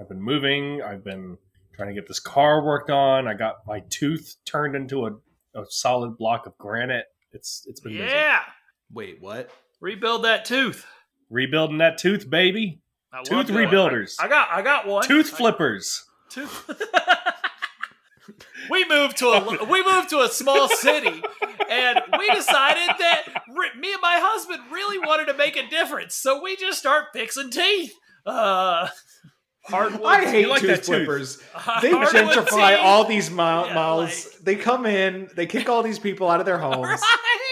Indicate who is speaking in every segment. Speaker 1: I've been moving. I've been trying to get this car worked on. I got my tooth turned into a, a solid block of granite. It's it's been busy.
Speaker 2: Yeah.
Speaker 3: Wait, what?
Speaker 2: Rebuild that tooth.
Speaker 1: rebuilding that tooth, baby.
Speaker 2: I love
Speaker 1: Tooth
Speaker 2: that one.
Speaker 1: rebuilders,
Speaker 2: I got I got one.
Speaker 1: tooth
Speaker 2: I-
Speaker 1: flippers.
Speaker 2: tooth. we moved to a we moved to a small city and we decided that re- me and my husband really wanted to make a difference. So we just start fixing teeth. Uh hardwood
Speaker 4: I hate
Speaker 1: You like
Speaker 4: tooth
Speaker 1: that tooth.
Speaker 4: flippers. They
Speaker 2: hardwood
Speaker 4: gentrify
Speaker 2: teeth.
Speaker 4: all these mile-
Speaker 2: Yeah,
Speaker 4: miles.
Speaker 2: like-
Speaker 4: They come in, they kick all these people out of their homes.
Speaker 2: Right.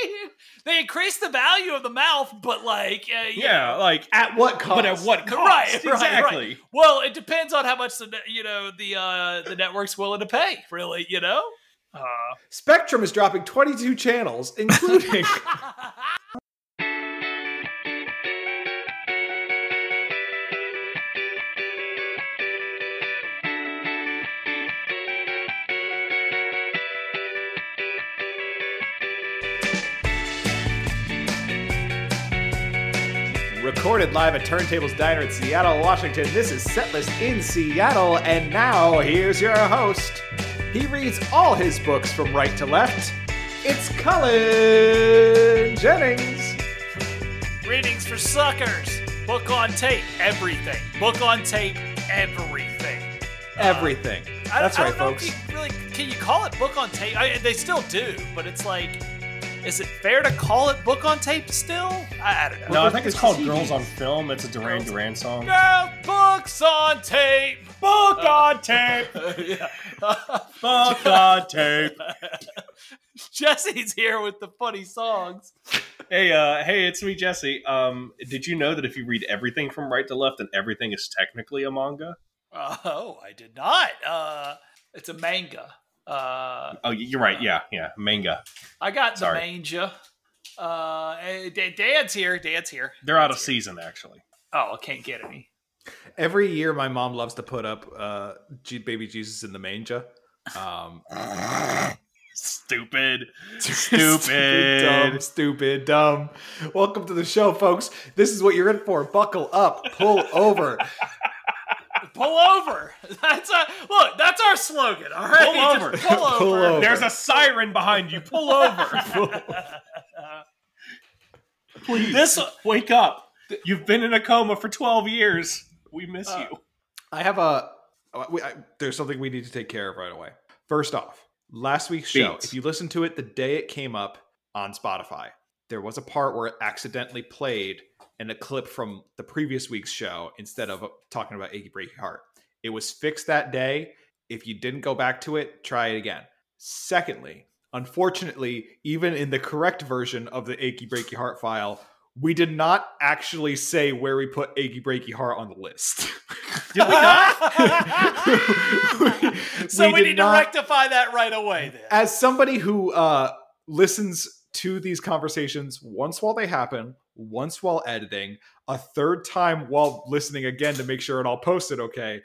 Speaker 2: They increase the value of the mouth, but like, uh, you
Speaker 1: Yeah, like
Speaker 4: At what cost?
Speaker 1: but at what cost?
Speaker 2: Right, right, right.
Speaker 1: exactly.
Speaker 2: Well, it depends on how much the ne- you know the uh, the network's willing to pay. Really, you know. Uh,
Speaker 4: Spectrum is dropping 22 channels, including. Recorded live at Turntables Diner in Seattle, Washington. This is Setlist in Seattle, and now here's your host. He reads all his books from right to left. It's Cullen Jennings.
Speaker 2: Readings for suckers. Book on tape. Everything. Book on tape. Everything.
Speaker 4: Uh, Everything.
Speaker 2: I,
Speaker 4: That's
Speaker 2: I
Speaker 4: right,
Speaker 2: don't know
Speaker 4: folks.
Speaker 2: If you really, can you call it book on tape? I, they still do, but it's like, is it fair to call it book on tape still? I, I don't know.
Speaker 1: No, I think it's called
Speaker 4: TV.
Speaker 1: Girls on Film. It's a Duran
Speaker 2: Girls-
Speaker 1: Duran song.
Speaker 2: Girl, books on tape.
Speaker 1: Book
Speaker 4: Uh.
Speaker 1: on tape.
Speaker 2: yeah.
Speaker 1: Book on tape.
Speaker 2: Jesse's here with the funny songs.
Speaker 1: Hey, uh, hey, it's me, Jesse. Um, did you know that if you read everything from right to left, then everything is technically a manga?
Speaker 2: Oh, I did not. Uh, it's a manga. Uh,
Speaker 1: Oh, y- you're right. Yeah, yeah, manga.
Speaker 2: I got
Speaker 1: Sorry.
Speaker 2: the manga. Uh, eh, Da- Dan's here. Dan's here.
Speaker 1: They're out of
Speaker 2: Dan's here.
Speaker 1: season, actually.
Speaker 2: Oh, I can't get any.
Speaker 4: Every year, my mom loves to put up uh, G- Baby Jesus in the Manger. Um,
Speaker 1: Stupid.
Speaker 4: stupid, dumb,
Speaker 1: Stupid.
Speaker 4: stupid, dumb. Welcome to the show, folks. This is what you're in for. Buckle up, pull over.
Speaker 2: Pull over. That's a look. That's our slogan. All right.
Speaker 1: Pull
Speaker 2: Just
Speaker 1: over.
Speaker 2: Pull over.
Speaker 4: Pull over.
Speaker 1: There's a siren behind you. Pull over. Please. This wake up. You've been in a coma for 12 years. We miss
Speaker 2: Uh,
Speaker 1: you.
Speaker 4: I have a. uh, We, I, there's something we need to take care of right away. First off, last week's show,
Speaker 1: Beats.
Speaker 4: if you listen to it the day it came up on Spotify, there was a part where it accidentally played in a clip from the previous week's show instead of uh, talking about Achy Breaky Heart. It was fixed that day. If you didn't go back to it, try it again. Secondly, unfortunately, even in the correct version of the Achy Breaky Heart file, we did not actually say where we put Achy Breaky Heart on the list.
Speaker 1: Did we not?
Speaker 2: so we,
Speaker 4: did
Speaker 2: need
Speaker 4: not-
Speaker 2: to rectify that right away. Then.
Speaker 4: As somebody who uh, listens to these conversations once while they happen, once while editing, a third time while listening again to make sure it all posted okay,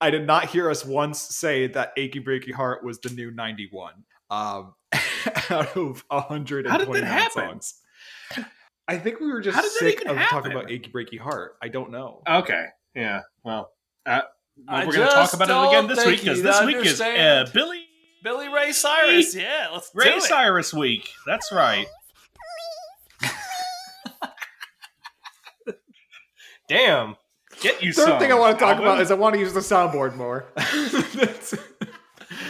Speaker 4: I did not hear us once say that Achy Breaky Heart was the new 91 um, out of 129
Speaker 1: How did that happen?
Speaker 4: songs. I think we were just
Speaker 1: How did that
Speaker 4: sick
Speaker 1: even
Speaker 4: of talking about
Speaker 1: happen?
Speaker 4: Achy Breaky Heart. I don't know.
Speaker 1: Okay. Yeah. Well, uh, well,
Speaker 2: I
Speaker 1: we're going to talk
Speaker 2: just
Speaker 1: about it again
Speaker 2: don't
Speaker 1: this
Speaker 2: think
Speaker 1: week because
Speaker 2: you
Speaker 1: this week is uh,
Speaker 2: understand.
Speaker 1: Billy
Speaker 2: Billy Ray Cyrus. Yeah, let's do
Speaker 1: Ray
Speaker 2: it.
Speaker 1: Cyrus week. That's right. Damn. Get you
Speaker 4: Third
Speaker 1: some.
Speaker 4: thing I want to talk
Speaker 1: Alvin.
Speaker 4: about is I want to use the soundboard more.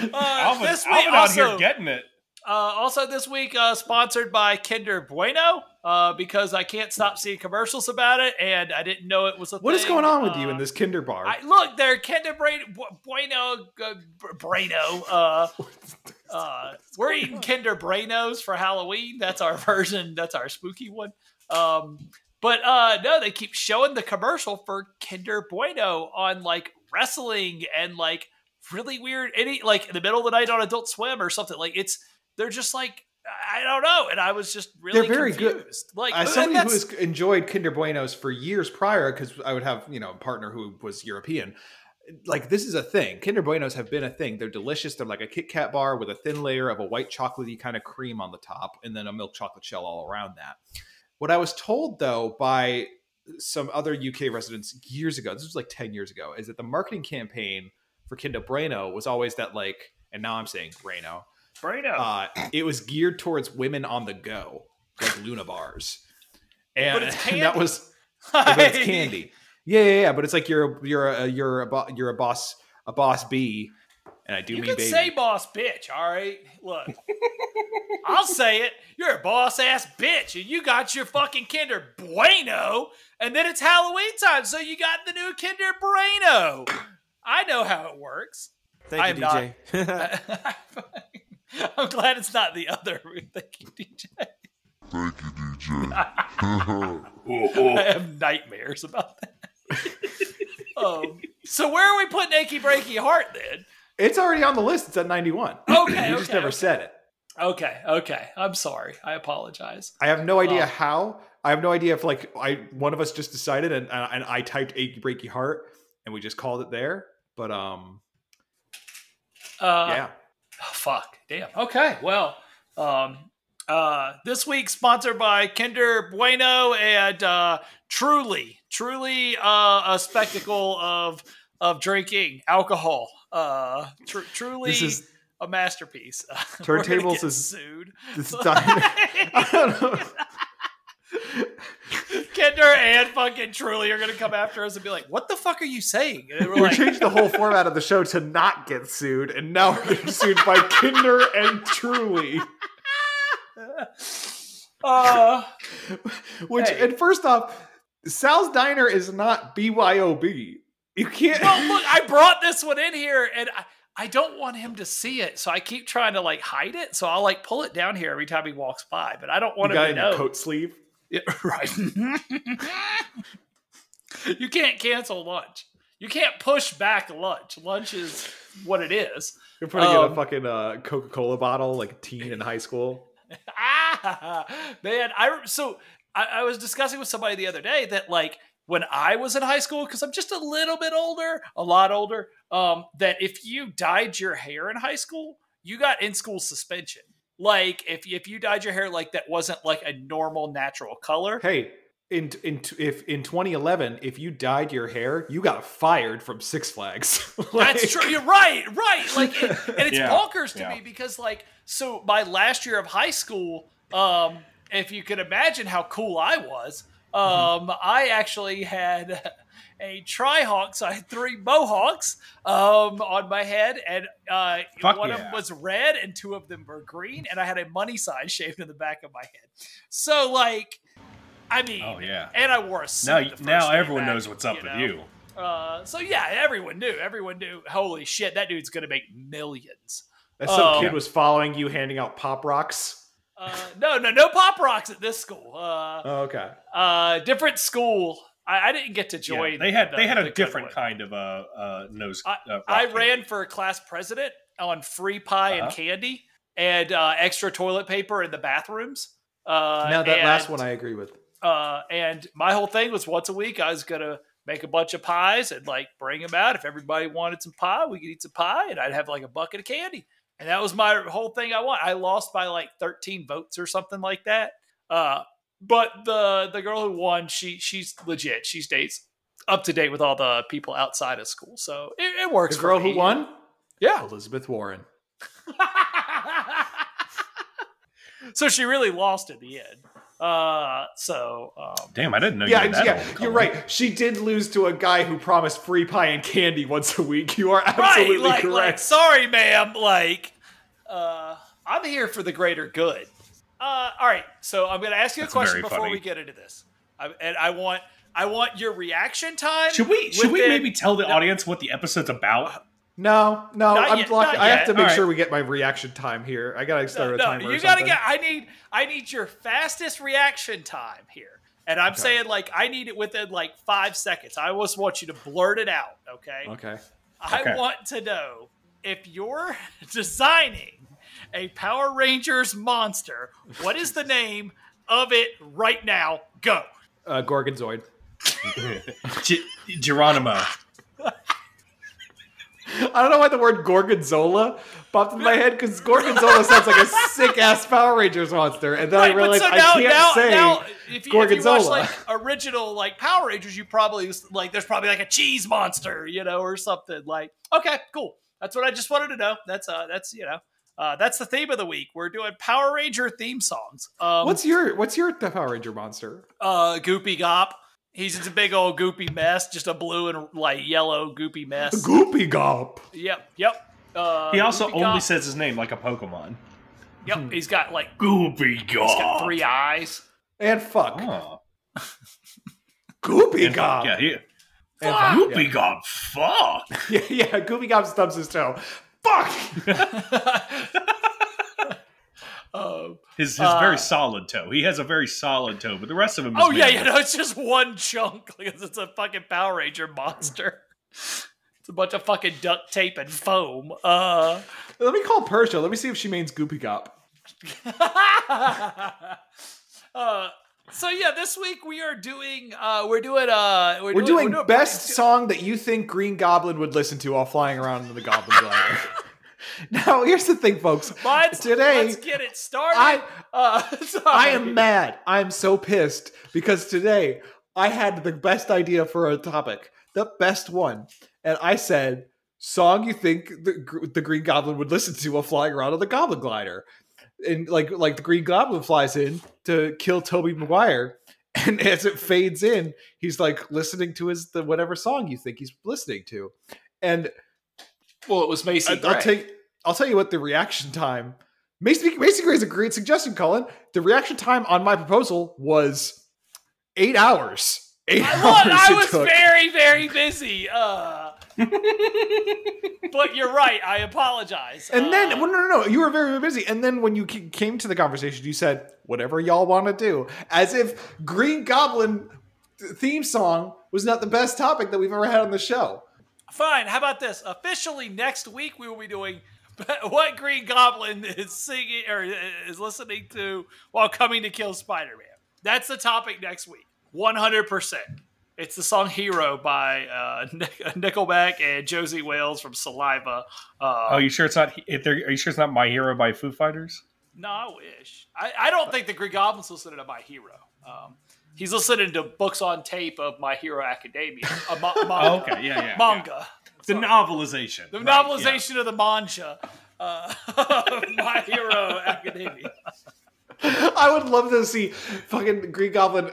Speaker 2: Uh,
Speaker 1: Alvin,
Speaker 2: this week
Speaker 1: Alvin out
Speaker 2: also,
Speaker 1: here getting it.
Speaker 2: Uh, also this week, uh, sponsored by Kinder Bueno, uh, because I can't stop seeing commercials about it, and I didn't know it was a.
Speaker 4: What is
Speaker 2: thing.
Speaker 4: going on with you in
Speaker 2: Uh,
Speaker 4: this Kinder bar?
Speaker 2: I, look, they're Kinder Bra- Bu- Bueno, uh, B- Bueno. Uh, uh, we're eating Kinder Buenos for Halloween. That's our version. That's our spooky one. Um, but uh, no, they keep showing the commercial for Kinder Bueno on like wrestling and like really weird any like in the middle of the night on Adult Swim or something. Like it's they're just like I don't know. And I was just really
Speaker 4: very good.
Speaker 2: confused. Like
Speaker 4: As
Speaker 2: and
Speaker 4: Uh, somebody who
Speaker 2: that's-
Speaker 4: has enjoyed Kinder Buenos for years prior, because I would have you know a partner who was European. Like this is a thing. Kinder Buenos have been a thing. They're delicious. They're like a Kit Kat bar with a thin layer of a white chocolatey kind of cream on the top, and then a milk chocolate shell all around that. What I was told though by some other UK residents years ago. This was like 10 years ago. Is that the marketing campaign for Kinder Breno was always that like, and now I'm saying Breno.
Speaker 2: Breno.
Speaker 4: Uh, it was geared towards women on the go, like Luna bars, and
Speaker 2: But it's
Speaker 4: that
Speaker 2: candy.
Speaker 4: was but it's candy. Yeah, yeah, yeah. But it's like you're a, you're a, you're a bo- you're a boss a boss B, and I do
Speaker 2: You
Speaker 4: me
Speaker 2: can
Speaker 4: baby.
Speaker 2: say boss bitch, all right? Look, I'll say it. You're a boss ass bitch, and you got your fucking Kinder Bueno, and then it's Halloween time, so you got the new Kinder Bueno. I know how it works. I
Speaker 3: Thank you,
Speaker 2: am
Speaker 3: DJ.
Speaker 2: I'm glad it's not the other. Thank you, DJ.
Speaker 5: Thank you, DJ.
Speaker 2: I
Speaker 1: Oh,
Speaker 2: have nightmares about that. um, so where are we putting Achy Breaky Heart then?
Speaker 4: It's already on the list. It's at 91.
Speaker 2: Oh, Okay,
Speaker 4: you just
Speaker 2: okay,
Speaker 4: never
Speaker 2: okay.
Speaker 4: said it.
Speaker 2: Okay, okay. I'm sorry. I apologize.
Speaker 4: I have no idea
Speaker 2: Oh.
Speaker 4: how. I have no idea if like I one of us just decided and and, and I typed achy breaky heart and we just called it there. But um,
Speaker 2: Uh,
Speaker 4: yeah,
Speaker 2: Oh, fuck. Damn. Okay. Well, um, uh, this week sponsored by Kinder Bueno and uh, truly, truly uh, a spectacle of of drinking alcohol. Uh, tr- truly
Speaker 4: this is
Speaker 2: a masterpiece. We're gonna
Speaker 4: Turntables
Speaker 2: get
Speaker 4: is-
Speaker 2: sued.
Speaker 4: this is. I don't know.
Speaker 2: Kinder and fucking Truly are gonna come after us and be like, "What the fuck are you saying?" And we're
Speaker 4: We
Speaker 2: like,
Speaker 4: changed the whole format of the show to not get sued, and now we're getting sued by Kinder and Truly.
Speaker 2: "Uh,
Speaker 4: Which,
Speaker 2: Hey.
Speaker 4: and first off, Sal's Diner is not BYOB. You can't.
Speaker 2: well, look, I brought this one in here, and I, I don't want him to see it, so I keep trying to like hide it. So I'll like pull it down here every time he walks by, but I don't want
Speaker 4: you
Speaker 2: him
Speaker 4: got
Speaker 2: to
Speaker 4: in
Speaker 2: know.
Speaker 4: a coat sleeve.
Speaker 2: Yeah, right. you can't cancel lunch. You can't push back lunch. Lunch is what it is.
Speaker 4: You're putting in a
Speaker 2: Um,
Speaker 4: fucking uh, Coca Cola bottle, like teen in high school.
Speaker 2: ah, man. I so I, I was discussing with somebody the other day that like when I was in high school, because I'm just a little bit older, a lot older, um, that if you dyed your hair in high school, you got in school suspension. Like if if you dyed your hair like that wasn't like a normal natural color.
Speaker 4: Hey, in in if in 2011, if you dyed your hair, you got fired from Six Flags.
Speaker 2: That's true. You're right. Right. Like, it, and it's
Speaker 1: Yeah,
Speaker 2: bonkers to
Speaker 1: yeah.
Speaker 2: me because, like, so my last year of high school, um, if you could imagine how cool I was, um,
Speaker 1: Mm-hmm.
Speaker 2: I actually had a trihawk. So I had three mohawks um, on my head, and uh,
Speaker 1: Fuck
Speaker 2: one of
Speaker 1: yeah.
Speaker 2: them was red, and two of them were green, and I had a money sign shaved in the back of my head. So, like, I mean,
Speaker 1: Oh, yeah.
Speaker 2: and I wore a suit.
Speaker 1: Now,
Speaker 2: the first
Speaker 1: now
Speaker 2: day
Speaker 1: everyone
Speaker 2: back,
Speaker 1: knows what's up with
Speaker 2: know?
Speaker 1: you.
Speaker 2: Uh, so yeah, everyone knew. Everyone knew. Holy shit, that dude's gonna make millions.
Speaker 4: That some
Speaker 2: Um,
Speaker 4: kid was following you, handing out pop rocks.
Speaker 2: Uh, no, no, no pop rocks at this school. Uh,
Speaker 4: Oh, okay.
Speaker 2: uh, different school. I, I didn't get to
Speaker 1: Yeah,
Speaker 2: join.
Speaker 1: they had
Speaker 2: the-
Speaker 1: they had
Speaker 2: the
Speaker 1: a
Speaker 2: good
Speaker 1: different
Speaker 2: one.
Speaker 1: kind of uh, uh nose. uh,
Speaker 2: I
Speaker 1: rock
Speaker 2: ran for class president on free pie and
Speaker 1: Uh-huh.
Speaker 2: candy and uh, extra toilet paper in the bathrooms. Uh,
Speaker 4: now that last
Speaker 2: and-
Speaker 4: one I agree with.
Speaker 2: uh, and my whole thing was once a week I was gonna make a bunch of pies and like bring them out. If everybody wanted some pie, we could eat some pie, and I'd have like a bucket of candy. And that was my whole thing. I want. I lost by like 13 votes or something like that. Uh, but the the girl who won, she she's legit. She stays up to date with all the people outside of school, so it, it works.
Speaker 4: The
Speaker 2: for
Speaker 4: girl who
Speaker 2: me.
Speaker 4: won?
Speaker 2: yeah.
Speaker 4: Elizabeth Warren.
Speaker 2: so she really lost at the end. Uh, so um,
Speaker 1: Damn, I didn't know.
Speaker 4: Yeah,
Speaker 1: you were that
Speaker 4: yeah,
Speaker 1: old,
Speaker 4: you're
Speaker 1: Colin.
Speaker 4: right. She did lose to a guy who promised free pie and candy once a week. You are absolutely
Speaker 2: right, like, Like,
Speaker 4: correct.
Speaker 2: sorry, ma'am. Like, uh, I'm here for the greater good. Uh, all right, so I'm going to ask you
Speaker 1: That's
Speaker 2: a question
Speaker 1: very
Speaker 2: before
Speaker 1: funny.
Speaker 2: we get into this, I, and I want I want your reaction time.
Speaker 1: Should we should we
Speaker 2: within-
Speaker 1: maybe tell the audience what the episode's about?
Speaker 4: no, no,
Speaker 2: Not
Speaker 4: I'm
Speaker 2: yet,
Speaker 4: blocking.
Speaker 2: not
Speaker 4: I have
Speaker 2: yet.
Speaker 4: to make
Speaker 1: All
Speaker 4: sure we get my reaction time here. I gotta start a
Speaker 2: No,
Speaker 4: timer.
Speaker 2: no
Speaker 4: or
Speaker 2: you got to
Speaker 4: something.
Speaker 2: get. I need I need your fastest reaction time here, and I'm saying like I need it within like five seconds. I just want you to blurt it out. Okay.
Speaker 4: Okay.
Speaker 1: Okay.
Speaker 2: I want to know if you're designing a Power Rangers monster, what is the name of it right now? Go.
Speaker 4: Uh, Gorgonzoid.
Speaker 1: Ge- Geronimo.
Speaker 4: I don't know why the word gorgonzola popped in my head because gorgonzola sounds like a sick ass Power Rangers monster, and then I
Speaker 2: Right,
Speaker 4: realized I can't say.
Speaker 2: if, you, if you watch
Speaker 4: Gorgonzola.
Speaker 2: like original like Power Rangers, you probably like there's probably like a cheese monster, you know, or something. Like, okay, cool. That's what I just wanted to know. That's uh, that's you know, uh, that's the theme of the week. We're doing Power Ranger theme songs. Um,
Speaker 4: what's your What's your Power Ranger monster?
Speaker 2: uh, Goopy Gop? He's just a big old goopy mess, just a blue and like yellow goopy mess.
Speaker 4: Goopy Gop.
Speaker 2: yep, yep. Uh,
Speaker 1: He also
Speaker 2: Goopy
Speaker 1: only hmm.
Speaker 2: Gop.
Speaker 1: says his name like a Pokemon.
Speaker 2: Yep, he's got like
Speaker 1: Goopy
Speaker 2: he's got three eyes.
Speaker 4: And fuck.
Speaker 1: Oh.
Speaker 4: Goopy
Speaker 1: And-
Speaker 4: Gop.
Speaker 1: Yeah, he,
Speaker 4: And
Speaker 2: Fuck.
Speaker 4: fuck,
Speaker 1: Goopy God, fuck.
Speaker 4: Yeah, yeah, yeah, Goopy Gop stubs his toe. Fuck!
Speaker 2: Um,
Speaker 1: His his
Speaker 2: Uh,
Speaker 1: very solid toe. He has a very solid toe, but the rest of him. Is
Speaker 2: oh yeah,
Speaker 1: man-
Speaker 2: you know it's just one chunk because it's a fucking Power Ranger monster. It's a bunch of fucking duct tape and foam. Uh,
Speaker 4: Let me call Persia. Let me see if she means Goopy Gop.
Speaker 2: uh, so yeah, this week we are doing uh, we're doing uh
Speaker 4: We're doing best song that you think Green Goblin would listen to while flying around in the Goblin Glider. now, here's the thing, folks.
Speaker 2: Mine's,
Speaker 4: today.
Speaker 2: Let's get it started.
Speaker 4: I
Speaker 2: uh, sorry.
Speaker 4: I am mad. I'm so pissed because today I had the best idea for a topic, the best one, and I said song you think the, gr- the Green Goblin would listen to while flying around on the Goblin Glider, and like like the Green Goblin flies in to kill Toby Maguire, and as it fades in, he's like listening to his the whatever song you think he's listening to, and
Speaker 2: Well, it was Macy.
Speaker 4: I- I'll take. I'll tell you what the reaction time. Macy, Macy Gray is a great suggestion, Colin. The reaction time on my proposal was eight hours. Eight
Speaker 2: I, look,
Speaker 4: hours.
Speaker 2: I
Speaker 4: it
Speaker 2: was
Speaker 4: took.
Speaker 2: very, very busy. Uh, but you're right. I apologize.
Speaker 4: and then
Speaker 2: Uh,
Speaker 4: well, no, no, no. You were very, very busy. And then when you ca- came to the conversation, you said whatever y'all want to do, as if Green Goblin th- theme song was not the best topic that we've ever had on the show.
Speaker 2: fine. How about this? Officially, next week we will be doing what Green Goblin is singing or is listening to while coming to kill Spider-Man. That's the topic next week. One hundred percent. It's the song "Hero" by uh, Nic- Nickelback and Josie Wales from Saliva. Uh,
Speaker 1: Oh, you sure it's not? If they're, are you sure it's not My Hero by Foo Fighters?
Speaker 2: No, I wish. I, I don't think the Green Goblin's listening to My Hero. Um, he's listening to books on tape of My Hero Academia. A mo-
Speaker 1: Oh,
Speaker 2: manga.
Speaker 1: okay, yeah, yeah.
Speaker 2: Manga.
Speaker 1: The novelization.
Speaker 2: The
Speaker 1: Right,
Speaker 2: novelization of the manga uh, of My Hero Academia.
Speaker 4: I would love to see fucking Green Goblin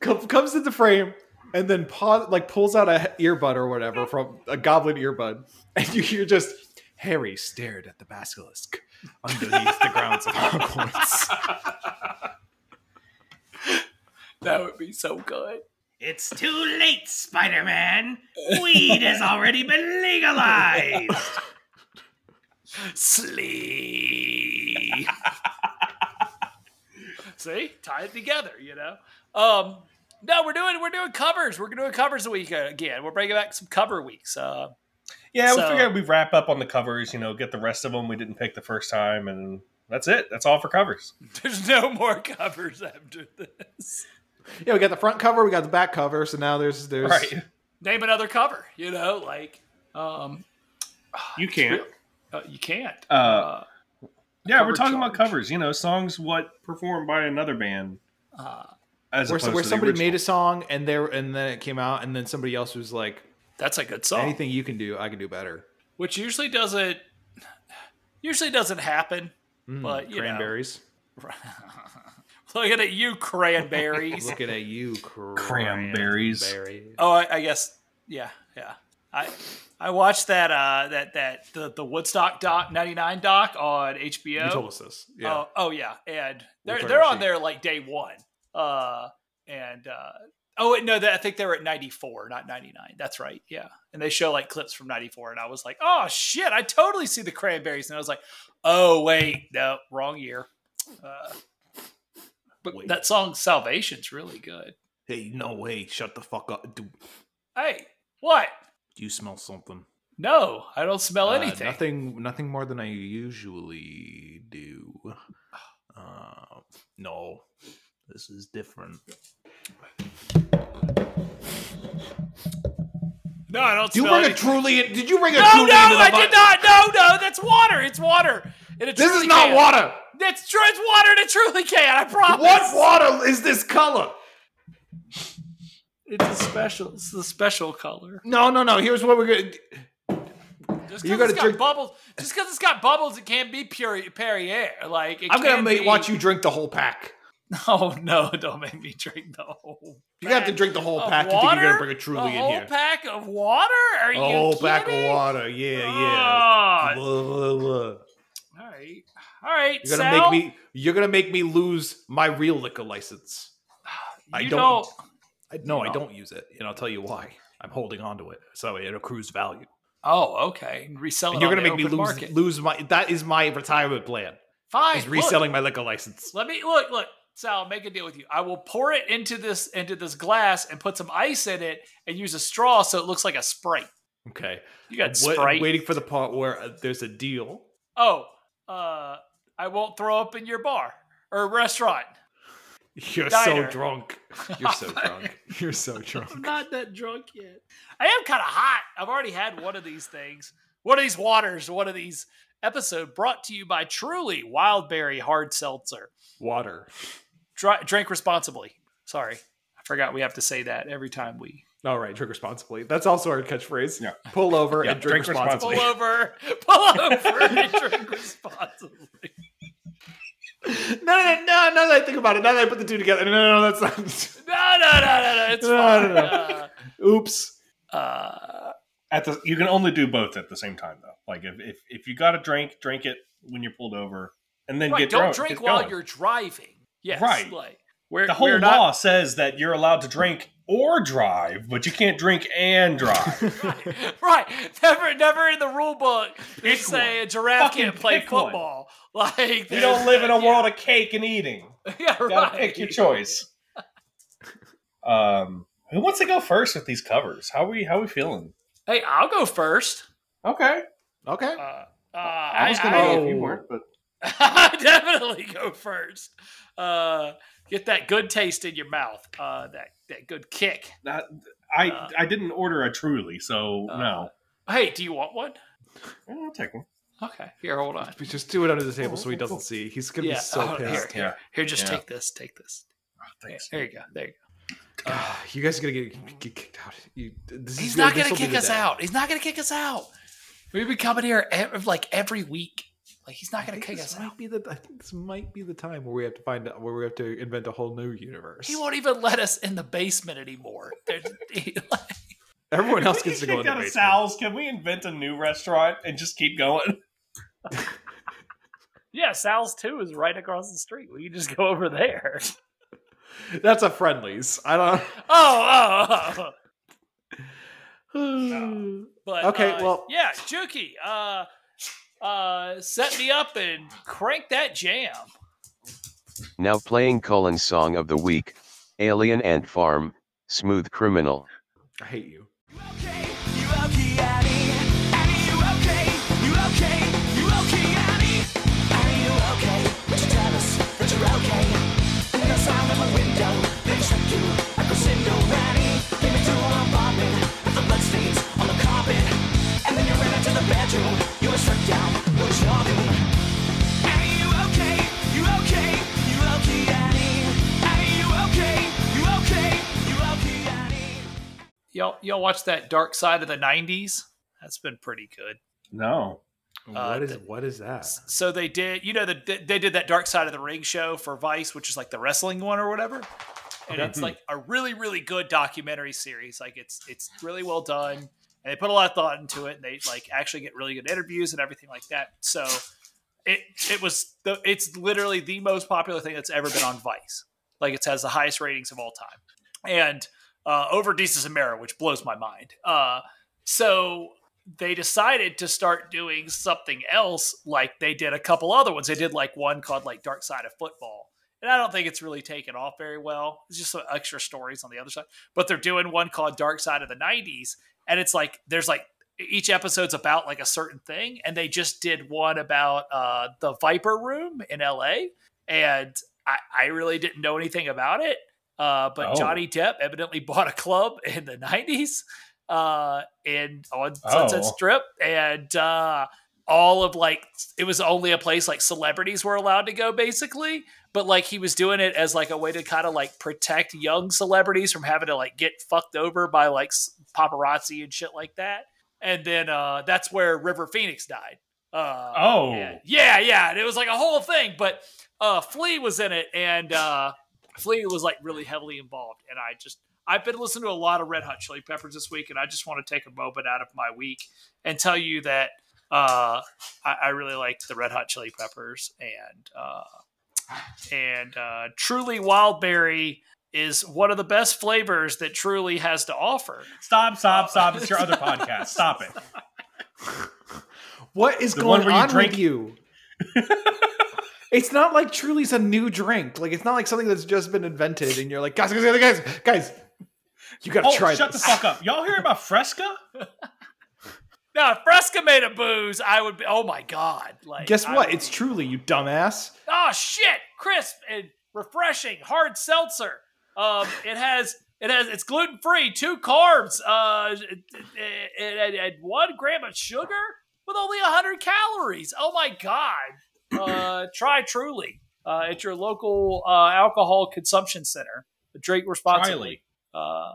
Speaker 4: come- comes into frame and then pause, like pulls out a earbud or whatever from a goblin earbud, and you hear just Harry stared at the basilisk underneath the grounds of Hogwarts.
Speaker 2: That would be so good.
Speaker 3: It's too late, Spider Man. Weed has already been legalized.
Speaker 2: Sleep. See, tie it together, you know. Um, no, we're doing we're doing covers. We're doing covers a week uh, again. We're bringing back some cover weeks. Uh,
Speaker 1: Yeah,
Speaker 2: So-
Speaker 1: we figured we wrap up on the covers. You know, get the rest of them we didn't pick the first time, and that's it. That's all for covers.
Speaker 2: There's no more covers after this.
Speaker 4: yeah, we got the front cover, we got the back cover, so now there's there's
Speaker 1: Right?
Speaker 2: Name another cover, you know, like um
Speaker 1: You can't.
Speaker 2: uh, you can't.
Speaker 1: Uh,
Speaker 2: Uh,
Speaker 1: yeah, we're
Speaker 2: cover
Speaker 1: talking about
Speaker 2: charge.
Speaker 1: covers. You know, songs what performed by another band
Speaker 2: uh,
Speaker 1: as
Speaker 4: where,
Speaker 1: opposed
Speaker 4: where
Speaker 1: to
Speaker 4: somebody
Speaker 1: the
Speaker 4: made
Speaker 1: original.
Speaker 4: a song and there and then it came out and then somebody else was like,
Speaker 2: that's a good song.
Speaker 4: anything you can do, I can do better.
Speaker 2: Which usually doesn't usually doesn't happen,
Speaker 4: Mm,
Speaker 2: But, you know.
Speaker 4: cranberries.
Speaker 2: Looking at you cranberries.
Speaker 4: Looking at you,
Speaker 1: Cranberries.
Speaker 4: cranberries.
Speaker 2: oh, I, I guess yeah, yeah. I I watched that uh that that the, the Woodstock doc 99 doc on HBO.
Speaker 4: You told us this. Yeah.
Speaker 2: Oh, oh yeah, and they're
Speaker 4: talking
Speaker 2: they're
Speaker 4: about
Speaker 2: on
Speaker 4: Sheik.
Speaker 2: there like day one. Uh, and uh, oh wait, no, that, I think they were at ninety four, not ninety nine. That's right, yeah. And they show like clips from ninety four, and I was like, oh shit, I totally see the cranberries, and I was like, oh wait, no, wrong year. Uh,
Speaker 4: but
Speaker 2: that song Salvation's really good.
Speaker 4: hey, no way! Shut the fuck up. Do
Speaker 2: Hey, what?
Speaker 4: you smell something?
Speaker 2: No, I don't smell
Speaker 4: Uh,
Speaker 2: anything.
Speaker 4: Nothing. Nothing more than I usually do. Uh, no, this is different.
Speaker 2: No, I don't
Speaker 4: You
Speaker 2: smell
Speaker 4: bring a
Speaker 2: anything.
Speaker 4: truly. Did you bring a
Speaker 2: No,
Speaker 4: truly?
Speaker 2: no,
Speaker 4: into the
Speaker 2: I
Speaker 4: vi-
Speaker 2: did not. No, no, that's water. It's water. And it
Speaker 4: This
Speaker 2: truly
Speaker 4: is not
Speaker 2: can.
Speaker 4: water.
Speaker 2: That's true. It's water. And it truly can. I promise.
Speaker 4: What water is this color?
Speaker 2: It's a special. It's the special color.
Speaker 4: No, no, no. Here's what we're gonna.
Speaker 2: Just
Speaker 4: You
Speaker 2: because
Speaker 4: gotta
Speaker 2: it's got
Speaker 4: drink-
Speaker 2: bubbles. Just because it's got bubbles, it can't be pure Perrier. Like it
Speaker 4: I'm gonna
Speaker 2: can't
Speaker 4: make,
Speaker 2: be-
Speaker 4: watch you drink the whole pack.
Speaker 2: Oh no! Don't make me drink the whole.
Speaker 4: You have to
Speaker 2: pack
Speaker 4: drink the whole
Speaker 2: of
Speaker 4: pack. You think you're
Speaker 2: water?
Speaker 4: gonna bring a
Speaker 2: A
Speaker 4: truly in
Speaker 2: whole
Speaker 4: here?
Speaker 2: pack of water? Are
Speaker 4: A
Speaker 2: you
Speaker 4: whole pack of
Speaker 2: kidding?
Speaker 4: water. Yeah,
Speaker 2: Oh,
Speaker 4: yeah. Blah, blah, blah.
Speaker 2: all right, all right.
Speaker 4: You're gonna
Speaker 2: Sal,
Speaker 4: make me. You're gonna make me lose my real liquor license. I
Speaker 2: you
Speaker 4: don't.
Speaker 2: know-
Speaker 4: I, no, I
Speaker 2: No.
Speaker 4: don't use it, and I'll tell you why. I'm holding on to it, so it accrues value.
Speaker 2: Oh, okay. And Resell it.
Speaker 4: And you're
Speaker 2: on
Speaker 4: gonna
Speaker 2: the
Speaker 4: make me
Speaker 2: open
Speaker 4: lose
Speaker 2: market.
Speaker 4: lose my. That is my retirement plan.
Speaker 2: Fine.
Speaker 4: Is
Speaker 2: look,
Speaker 4: reselling my liquor license.
Speaker 2: let me look. Look, Sal. I'll Make a deal with you. I will pour it into this into this glass and put some ice in it and use a straw so it looks like a sprite.
Speaker 4: Okay.
Speaker 2: You got
Speaker 4: What-
Speaker 2: sprite.
Speaker 4: waiting for the part where uh, there's a deal.
Speaker 2: Oh, uh, I won't throw up in your bar or restaurant.
Speaker 4: You're
Speaker 2: Diner.
Speaker 4: so drunk. You're so drunk. You're so drunk.
Speaker 2: not that drunk yet. I am kind of hot. I've already had one of these things, one of these waters, one of these episode brought to you by Truly Wildberry Hard Seltzer.
Speaker 4: Water.
Speaker 2: Dry, drink responsibly. Sorry, I forgot we have to say that every time we
Speaker 4: All right, drink responsibly. That's also our catchphrase.
Speaker 1: Yeah.
Speaker 4: Pull over
Speaker 1: Yeah,
Speaker 4: and drink,
Speaker 1: drink
Speaker 4: responsibly.
Speaker 2: pull over, pull over, and drink responsibly.
Speaker 4: No, no, no, now that I think about it, now that I put the two together, no, no, no, that's
Speaker 2: No, no, no, no, no. It's
Speaker 4: No,
Speaker 2: fine.
Speaker 4: no, not. Oops.
Speaker 2: Uh, uh,
Speaker 1: At the, you can only do both at the same time though. Like if if, if you got to drink, drink it when you're pulled over, and then
Speaker 2: right,
Speaker 1: get
Speaker 2: don't
Speaker 1: drunk,
Speaker 2: drink
Speaker 1: get
Speaker 2: while
Speaker 1: going.
Speaker 2: you're driving. Yes,
Speaker 1: Right.
Speaker 2: Like, we're,
Speaker 1: The whole
Speaker 2: we're
Speaker 1: law
Speaker 2: not-
Speaker 1: says that you're allowed to drink or drive, but you can't drink and drive.
Speaker 2: right, right. Never, never in the rule book they
Speaker 1: Pick
Speaker 2: say
Speaker 1: one.
Speaker 2: a giraffe
Speaker 1: Fucking
Speaker 2: can't play
Speaker 1: pick one.
Speaker 2: football. Like
Speaker 1: you don't live in a
Speaker 2: yeah,
Speaker 1: world of cake and eating.
Speaker 2: Yeah,
Speaker 1: You
Speaker 2: right.
Speaker 1: gotta pick your choice. Um, who wants to go first with these covers? How we how we feeling?
Speaker 2: Hey, I'll go first.
Speaker 1: Okay,
Speaker 4: Okay.
Speaker 2: Uh, uh,
Speaker 1: I was gonna
Speaker 2: I,
Speaker 1: go if you weren't, but
Speaker 2: I definitely go first. Uh, get that good taste in your mouth. Uh, that that good kick.
Speaker 1: that, I
Speaker 2: Uh,
Speaker 1: I didn't order a truly, so
Speaker 2: Uh,
Speaker 1: no.
Speaker 2: Hey, do you want one?
Speaker 1: Yeah, I'll take one.
Speaker 2: Okay, here, hold on.
Speaker 4: We Just do it under the table so he doesn't see. He's gonna
Speaker 2: Yeah,
Speaker 4: be so
Speaker 2: oh,
Speaker 4: pissed.
Speaker 2: here, here, here. Just
Speaker 1: Yeah.
Speaker 2: take this. Take this.
Speaker 1: Thanks.
Speaker 2: There you go. There you go.
Speaker 4: Ah, you guys are gonna get, get kicked out. You, this is
Speaker 2: He's
Speaker 4: your-
Speaker 2: not going to
Speaker 4: this'll be
Speaker 2: kick
Speaker 4: the
Speaker 2: us
Speaker 4: day.
Speaker 2: out. He's not going to kick us out. We've been coming here ev- like every week. Like he's
Speaker 4: I
Speaker 2: not going
Speaker 4: think
Speaker 2: to kick
Speaker 4: this
Speaker 2: us
Speaker 4: might
Speaker 2: out.
Speaker 4: Be the, I think this might be the time where we have to find out where we have to invent a whole new universe.
Speaker 2: He won't even let us in the basement anymore. There's- he- like,
Speaker 4: Everyone else gets to go in the basement.
Speaker 1: Sal's. Can we invent a new restaurant and just keep going?
Speaker 2: yeah, Sal's too is right across the street. We can just go over there.
Speaker 4: That's a friendlies. I don't.
Speaker 2: Oh, oh, oh. But
Speaker 4: Okay,
Speaker 2: uh,
Speaker 4: well-
Speaker 2: yeah, Juki, uh, uh, set me up and crank that jam.
Speaker 6: Now playing Colin's song of the week, Alien Ant Farm, Smooth Criminal.
Speaker 4: I hate you.
Speaker 2: Y'all, y'all watch that Dark Side of the '90s. That's been pretty good.
Speaker 1: No.
Speaker 2: Uh,
Speaker 4: what is
Speaker 2: the-
Speaker 4: what is that?
Speaker 2: S- So they did, you know, the, they- they did that Dark Side of the Ring show for Vice, which is like the wrestling one or whatever. And
Speaker 1: Okay.
Speaker 2: it's like a really, really good documentary series. Like it's it's really well done, and they put a lot of thought into it. And they like actually get really good interviews and everything like that. So it it was the it's literally the most popular thing that's ever been on Vice. Like it has the highest ratings of all time, and uh, over Desus and Mero, which blows my mind. Uh, so they decided to start doing something else like they did a couple other ones they did like one called like dark side of football and i don't think it's really taken off very well it's just some extra stories on the other side but they're doing one called dark side of the 90s and it's like there's like each episode's about like a certain thing and they just did one about uh the viper room in la and i i really didn't know anything about it uh but
Speaker 1: Oh.
Speaker 2: johnny depp evidently bought a club in the 90s uh, and on
Speaker 1: Oh.
Speaker 2: Sunset Strip, and uh, all of like it was only a place like celebrities were allowed to go, basically. But like he was doing it as like a way to kind of like protect young celebrities from having to like get fucked over by like s- paparazzi and shit like that. And then uh, that's where River Phoenix died. Uh,
Speaker 1: Oh,
Speaker 2: and- yeah, yeah. And it was like a whole thing, but uh Flea was in it and uh Flea was like really heavily involved. And I just I've been listening to a lot of Red Hot Chili Peppers this week, and I just want to take a moment out of my week and tell you that uh I, I really liked the Red Hot Chili Peppers and uh and uh truly wildberry is one of the best flavors that truly has to offer.
Speaker 1: stop, stop, stop! It's your other podcast. Stop it.
Speaker 4: What is
Speaker 1: The one
Speaker 4: going
Speaker 1: where you
Speaker 4: on
Speaker 1: drink-
Speaker 4: with you? it's not like Truly's a new drink. Like it's not like something that's just been invented, and you're like, guys, guys, guys, guys, guys, you gotta
Speaker 1: Oh,
Speaker 4: try
Speaker 1: shut
Speaker 4: this.
Speaker 1: the fuck up! Y'all hear about Fresca?
Speaker 2: Now, if Fresca made a booze, I would be oh my god. Like
Speaker 4: Guess
Speaker 2: I
Speaker 4: what?
Speaker 2: would
Speaker 4: It's
Speaker 2: be-
Speaker 4: Truly, you dumbass.
Speaker 2: Oh shit! Crisp and refreshing, hard seltzer. Um, it has it has it's gluten free, two carbs, uh, and- and and- and one gram of sugar with only hundred calories. Oh my god! Uh, try Truly uh, at your local uh, alcohol consumption center. Drink responsibly. Uh,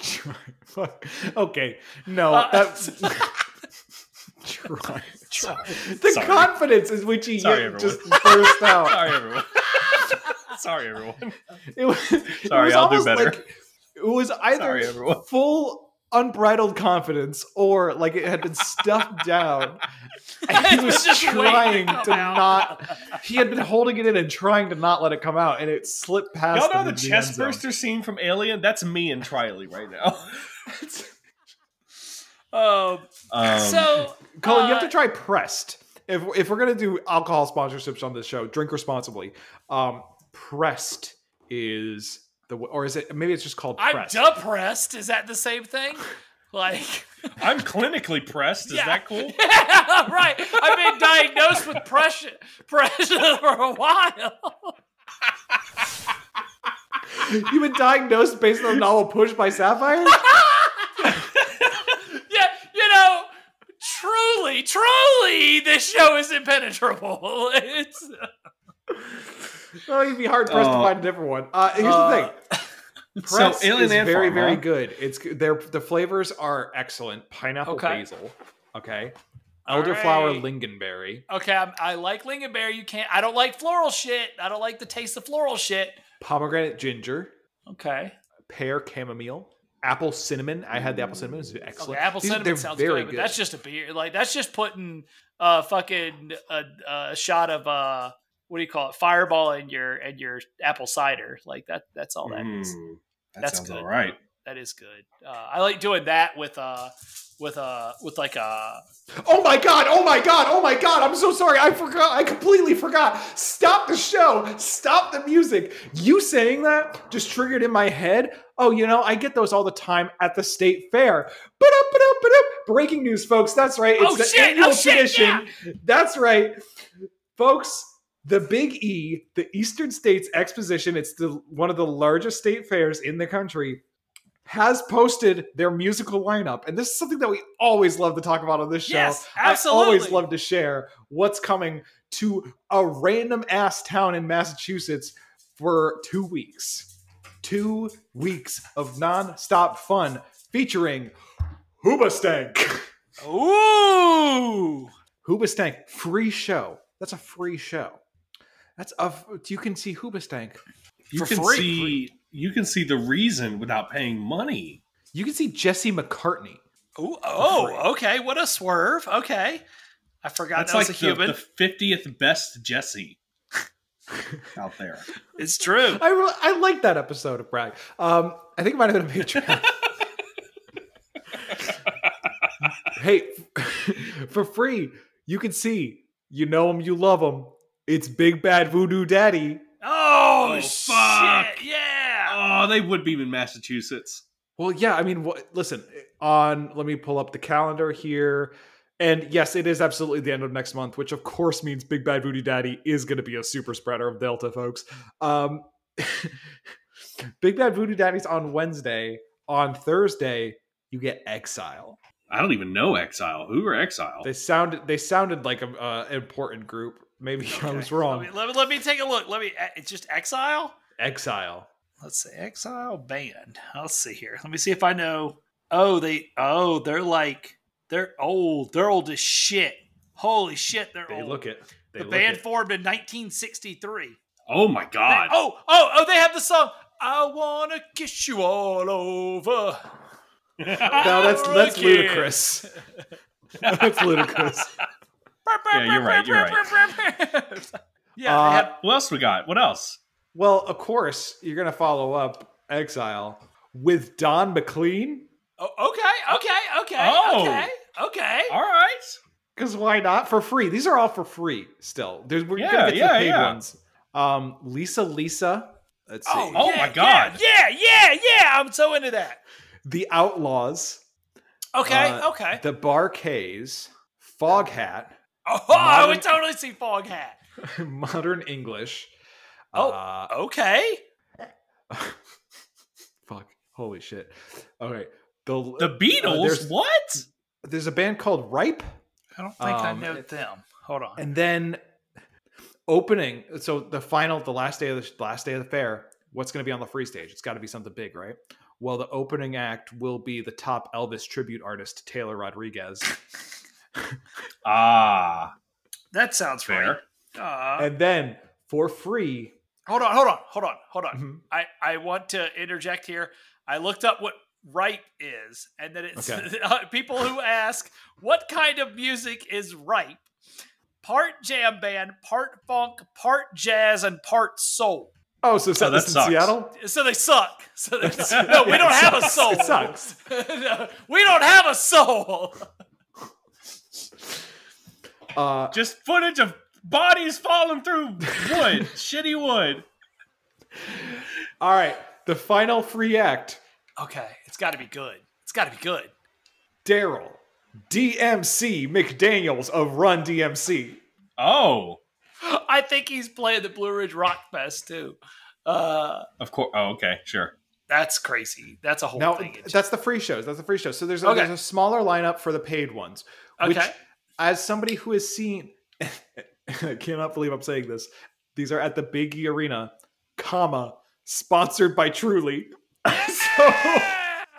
Speaker 4: Try- fuck. okay, no,
Speaker 2: Uh,
Speaker 4: that's try.
Speaker 2: try.
Speaker 4: The
Speaker 1: Sorry.
Speaker 4: confidence is which he
Speaker 1: Sorry,
Speaker 4: just burst out.
Speaker 1: Sorry, everyone. Sorry, everyone.
Speaker 4: It was,
Speaker 1: Sorry,
Speaker 4: it was
Speaker 1: I'll do
Speaker 4: almost
Speaker 1: better.
Speaker 4: Like, it was either
Speaker 1: Sorry, everyone.
Speaker 4: full unbridled confidence or like it had been stuffed down. And he
Speaker 2: It
Speaker 4: was
Speaker 2: was just
Speaker 4: trying
Speaker 2: waiting to
Speaker 4: to
Speaker 2: come out.
Speaker 4: not. He had been holding it in and trying to not let it come out, and it slipped past.
Speaker 1: Y'all know
Speaker 4: him
Speaker 1: the
Speaker 4: into
Speaker 1: chest
Speaker 4: end zone.
Speaker 1: burster scene from Alien? That's me and Triley right now.
Speaker 2: um,
Speaker 1: Um,
Speaker 2: so
Speaker 4: Colin, you
Speaker 2: uh,
Speaker 4: have to try pressed. If if we're gonna do alcohol sponsorships on this show, drink responsibly. Um, pressed is the or is it maybe it's just called
Speaker 2: I'm
Speaker 4: pressed.
Speaker 2: depressed. Is that the same thing? Like.
Speaker 1: I'm clinically pressed. Is that cool?
Speaker 2: Yeah, right. I've been diagnosed with pressure, pressure for a while.
Speaker 4: You've been diagnosed based on the novel Push by Sapphire.
Speaker 2: Yeah, you know, truly, truly, this show is impenetrable. It's
Speaker 4: well, you'd Oh, be hard pressed to
Speaker 1: Uh,
Speaker 4: find a different one. Uh, here's the
Speaker 2: uh,
Speaker 4: thing.
Speaker 1: So,
Speaker 4: Press
Speaker 1: Alien
Speaker 4: is
Speaker 1: Ant
Speaker 4: very,
Speaker 1: Farm,
Speaker 4: very
Speaker 1: huh?
Speaker 4: good. It's g- their the flavors are excellent. Pineapple
Speaker 2: Okay.
Speaker 4: basil, okay,
Speaker 2: All
Speaker 4: elderflower
Speaker 2: right.
Speaker 4: lingonberry,
Speaker 2: okay. I'm, I like lingonberry. You can't. I don't like floral shit. I don't like the taste of floral shit.
Speaker 4: pomegranate ginger,
Speaker 2: Okay.
Speaker 4: pear chamomile, apple cinnamon. I had the apple cinnamon; it was
Speaker 2: Okay,
Speaker 4: excellent.
Speaker 2: apple
Speaker 4: These-
Speaker 2: cinnamon
Speaker 4: they're
Speaker 2: sounds
Speaker 4: very
Speaker 2: good, but that's just a beer. Like that's just putting a fucking a, a shot of uh what do you call it? Fireball in your and your apple cider. Like that. That's all that is.
Speaker 1: Mm, that
Speaker 2: That's
Speaker 1: sounds
Speaker 2: good.
Speaker 1: all right.
Speaker 2: That is good. Uh, I like doing that with uh with uh with like a
Speaker 4: Oh my god! Oh my god! Oh my god! I'm so sorry. I forgot. I completely forgot. Stop the show. Stop the music. You saying that just triggered in my head. Oh, you know, I get those all the time at the state fair. Ba-dum, ba-dum, ba-dum. Breaking news, folks. That's right. It's
Speaker 2: Oh,
Speaker 4: the
Speaker 2: shit. Oh,
Speaker 4: annual
Speaker 2: shit.
Speaker 4: tradition. That's right, folks. The Big E, the Eastern States Exposition. It's the one of the largest state fairs in the country has posted their musical lineup. And this is something that we always love to talk about on this show.
Speaker 2: Yes,
Speaker 4: I always
Speaker 2: absolutely.
Speaker 4: love to share what's coming to a random ass town in Massachusetts for two weeks. Two weeks of non-stop fun featuring Hoobastank.
Speaker 2: ooh.
Speaker 4: Hoobastank, free show. That's a free show. That's a f- you can see Hoobastank.
Speaker 1: You
Speaker 2: For
Speaker 1: can
Speaker 2: free.
Speaker 1: see you can see the reason without paying money.
Speaker 4: You can see Jesse McCartney.
Speaker 2: Ooh, oh, okay. What a swerve. Okay. I forgot
Speaker 1: That's
Speaker 2: that
Speaker 1: like
Speaker 2: was a human.
Speaker 1: the fiftieth best Jesse out there.
Speaker 2: it's true.
Speaker 4: I re- I like that episode of Bragg. Um, I think it might have been a Patreon. hey, for free, you can see. You know him, you love him. It's Big Bad Voodoo Daddy.
Speaker 2: Oh,
Speaker 1: Oh,
Speaker 2: fuck.
Speaker 1: fuck.
Speaker 2: Yeah.
Speaker 1: Oh, they would be in Massachusetts.
Speaker 4: Well, yeah, I mean, what, listen, on let me pull up the calendar here. And yes, it is absolutely the end of next month, which of course means Big Bad Voodoo Daddy is going to be a super spreader of Delta, folks. Um, Big Bad Voodoo Daddy's on Wednesday. On Thursday, you get Exile.
Speaker 1: I don't even know Exile. Who are Exile?
Speaker 4: They sounded they sounded like a uh, important group. Maybe I was
Speaker 2: Okay,
Speaker 4: wrong.
Speaker 2: Let me, let me let me take a look. Let me. eh, It's just exile.
Speaker 4: Exile.
Speaker 2: Let's see. Exile band. Let's see here. Let me see if I know. Oh, they. Oh, they're like they're old. They're old as shit. Holy shit, they're
Speaker 4: They
Speaker 2: old.
Speaker 4: look it. They
Speaker 2: Oh, the
Speaker 4: look
Speaker 2: band
Speaker 4: it.
Speaker 2: formed in 1963.
Speaker 1: oh my
Speaker 2: They-
Speaker 1: god!
Speaker 2: oh, oh, oh! They have the song "I Wanna Kiss You All Over."
Speaker 4: no, that's
Speaker 2: Over
Speaker 4: that's
Speaker 2: again.
Speaker 4: ludicrous. that's ludicrous.
Speaker 1: Yeah, you're right, you're
Speaker 2: right. yeah,
Speaker 4: Uh,
Speaker 2: they have,
Speaker 1: What else we got? What else?
Speaker 4: Well, of course, you're gonna follow up Exile with Don McLean.
Speaker 2: oh, okay, okay, okay,
Speaker 1: Oh.
Speaker 2: okay, okay.
Speaker 1: All right.
Speaker 4: Because why not? For free. These are all for free still. There's, we're
Speaker 1: Yeah,
Speaker 4: gonna get to
Speaker 1: yeah,
Speaker 4: the paid
Speaker 1: yeah.
Speaker 4: ones. Um, Lisa Lisa. Let's see.
Speaker 1: Oh, my God.
Speaker 2: Yeah, yeah, yeah! I'm so into that.
Speaker 4: The Outlaws,
Speaker 2: Okay,
Speaker 4: Uh,
Speaker 2: okay.
Speaker 4: the Barkays, Foghat,
Speaker 2: Oh, I
Speaker 4: modern-
Speaker 2: would totally see Fog Hat.
Speaker 4: Modern English.
Speaker 2: Oh.
Speaker 4: Uh,
Speaker 2: Okay.
Speaker 4: fuck. Holy shit. Okay. The,
Speaker 1: The Beatles.
Speaker 4: Uh, there's-
Speaker 1: what?
Speaker 4: there's a band called Ripe,
Speaker 2: I don't think I
Speaker 4: Um,
Speaker 2: know them. Hold on.
Speaker 4: and then opening. So the final, the last day of the last day of the fair. What's going to be on the free stage? It's got to be something big, right? Well, the opening act will be the top Elvis tribute artist Taylor Rodriguez,
Speaker 1: Ah,
Speaker 2: That sounds fair.
Speaker 1: fair.
Speaker 2: Uh,
Speaker 4: and then for free.
Speaker 2: hold on, hold on, hold on, hold on.
Speaker 1: Mm-hmm.
Speaker 4: Mhm.
Speaker 2: I, I want to interject here. I looked up what right is, and then it's uh,
Speaker 4: Okay.
Speaker 2: people who ask, what kind of music is ripe? Part jam band, part funk, part jazz, and part soul.
Speaker 4: Oh, so, so
Speaker 1: that
Speaker 4: this in
Speaker 1: sucks.
Speaker 4: Seattle.
Speaker 2: So they suck. So they suck. No, we don't have a
Speaker 4: Sucks.
Speaker 2: soul.
Speaker 4: It sucks.
Speaker 2: No, we don't have a soul.
Speaker 4: Uh,
Speaker 1: just footage of bodies falling through wood, shitty wood.
Speaker 4: all right, the final free act.
Speaker 2: Okay, it's got to be good. It's got to be good.
Speaker 4: Daryl, DMC McDaniel's of Run DMC.
Speaker 1: Oh,
Speaker 2: I think he's playing the Blue Ridge Rock Fest too. Uh,
Speaker 1: of course. Oh, okay, sure.
Speaker 2: that's crazy. That's a whole
Speaker 4: Now
Speaker 2: thing. It's-
Speaker 4: that's the free shows. That's the free shows. So there's a,
Speaker 2: Okay.
Speaker 4: there's a smaller lineup for the paid ones. Which,
Speaker 2: Okay.
Speaker 4: as somebody who has seen, I cannot believe I'm saying this. These are at the Big E Arena, comma sponsored by Truly. so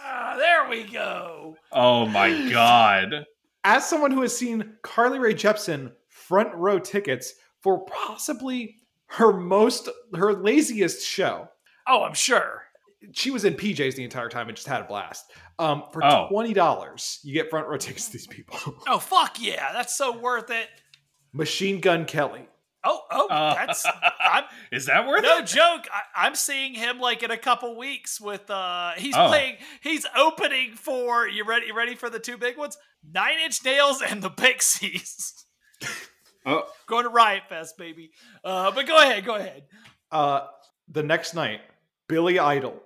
Speaker 2: Ah, there we go.
Speaker 1: Oh my god.
Speaker 4: as someone who has seen Carly Rae Jepsen front row tickets for possibly her most her laziest show.
Speaker 2: Oh, I'm sure.
Speaker 4: she was in PJs the entire time and just had a blast. Um, for
Speaker 1: Oh.
Speaker 4: twenty dollars, you get front row tickets to these people.
Speaker 2: Oh, fuck yeah. That's so worth it.
Speaker 4: Machine Gun Kelly.
Speaker 2: Oh, oh,
Speaker 1: Uh,
Speaker 2: that's. I'm,
Speaker 1: Is that worth
Speaker 2: no
Speaker 1: it?
Speaker 2: joke. I, I'm seeing him like in a couple weeks with uh he's
Speaker 1: Oh.
Speaker 2: playing he's opening for you ready you ready for the two big ones? Nine Inch Nails and the Pixies.
Speaker 1: Oh.
Speaker 2: Going to Riot Fest, baby. Uh but go ahead, go ahead.
Speaker 4: Uh, the next night, Billy Idol.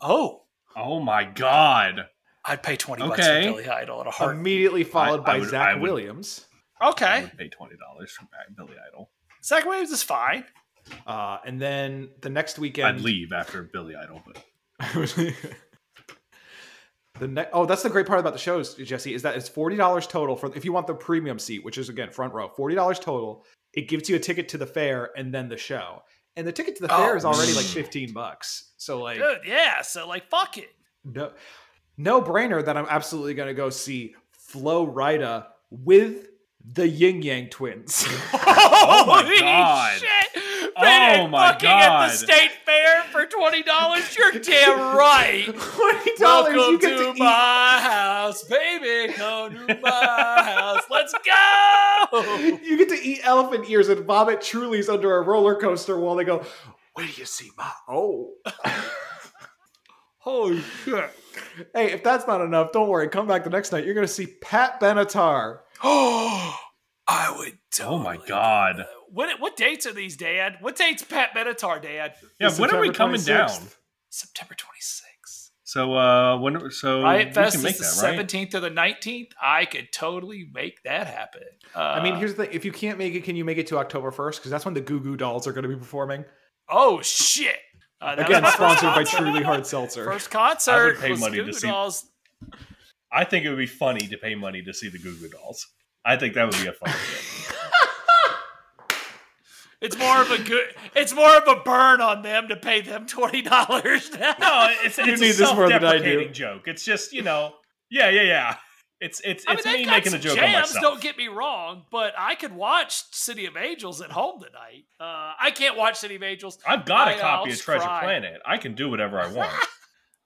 Speaker 2: Oh,
Speaker 1: Oh my god.
Speaker 2: I'd pay twenty bucks for
Speaker 1: Okay.
Speaker 2: Billy Idol at a heart.
Speaker 4: Immediately followed
Speaker 1: I
Speaker 4: by
Speaker 1: would- I
Speaker 4: Zach
Speaker 1: would-
Speaker 4: Williams.
Speaker 1: I
Speaker 2: okay,
Speaker 1: would pay twenty dollars for Billy Idol.
Speaker 2: Zach Williams is fine.
Speaker 4: Uh, and then the next
Speaker 1: I'd
Speaker 4: weekend,
Speaker 1: leave after Billy Idol, but
Speaker 4: the ne- oh, that's the great part about the shows, Jesse, is that it's forty dollars total for if you want the premium seat, which is again front row, forty dollars total. It gives you a ticket to the fair and then the show, and the ticket to the fair
Speaker 2: Oh,
Speaker 4: is already like
Speaker 1: man.
Speaker 4: fifteen bucks. So like,
Speaker 2: Dude, yeah. So like, fuck it.
Speaker 4: no, no brainer that I'm absolutely going to go see Flo Rida with the Yin Yang Twins.
Speaker 2: Oh
Speaker 1: my God.
Speaker 2: Shit.
Speaker 1: Oh
Speaker 2: Payday
Speaker 1: my
Speaker 2: fucking at the
Speaker 1: God.
Speaker 2: state fair for twenty dollars. You're damn right.
Speaker 4: Twenty dollars,
Speaker 2: Welcome
Speaker 4: you
Speaker 2: to,
Speaker 4: get to, eat.
Speaker 2: my house, baby. Come to my house. Let's go.
Speaker 4: You get to eat elephant ears and vomit Trulies under a roller coaster while they go. Where do you see my oh?
Speaker 2: Holy shit.
Speaker 4: Hey, if that's not enough, don't worry. Come back the next night. You're going to see Pat Benatar.
Speaker 2: Oh, I would.
Speaker 1: oh my
Speaker 2: totally-
Speaker 1: god.
Speaker 2: What what dates are these, Dad? What dates Pat Benatar, Dad?
Speaker 1: Yeah,
Speaker 4: It's
Speaker 1: when are we
Speaker 4: September
Speaker 1: coming
Speaker 4: 26th.
Speaker 1: down?
Speaker 2: September twenty sixth.
Speaker 1: So uh when so
Speaker 2: Riot
Speaker 1: we
Speaker 2: Fest
Speaker 1: can make
Speaker 2: is the
Speaker 1: that, right?
Speaker 2: seventeenth to the nineteenth. I could totally make that happen. Uh,
Speaker 4: I mean, here's the thing: if you can't make it, can you make it to October 1st? Because that's when the Goo Goo Dolls are going to be performing.
Speaker 2: oh shit! Uh, that was
Speaker 4: Again,
Speaker 2: my first
Speaker 4: sponsored by
Speaker 2: concert.
Speaker 4: Truly Hard Seltzer.
Speaker 2: First concert
Speaker 1: pay
Speaker 2: was
Speaker 1: money to
Speaker 2: Goo Goo
Speaker 1: see-
Speaker 2: Dolls.
Speaker 1: I think it would be funny to pay money to see the Goo Goo Dolls. I think that would be a fun. bit.
Speaker 2: It's more of a good. It's more of a burn on them to pay them twenty dollars now.
Speaker 1: No, it's, it's
Speaker 4: knew
Speaker 1: a
Speaker 4: this more than I do.
Speaker 1: self-deprecating joke. It's just you know, yeah, yeah, yeah. It's it's
Speaker 2: I mean,
Speaker 1: it's
Speaker 2: they've
Speaker 1: me
Speaker 2: got
Speaker 1: making
Speaker 2: some
Speaker 1: a joke on
Speaker 2: jams,
Speaker 1: myself.
Speaker 2: Don't get me wrong, but I could watch City of Angels at home tonight. Uh, I can't watch City of Angels.
Speaker 1: I've got
Speaker 2: I-
Speaker 1: a copy
Speaker 2: I'll
Speaker 1: of Treasure
Speaker 2: cry.
Speaker 1: Planet. I can do whatever I want.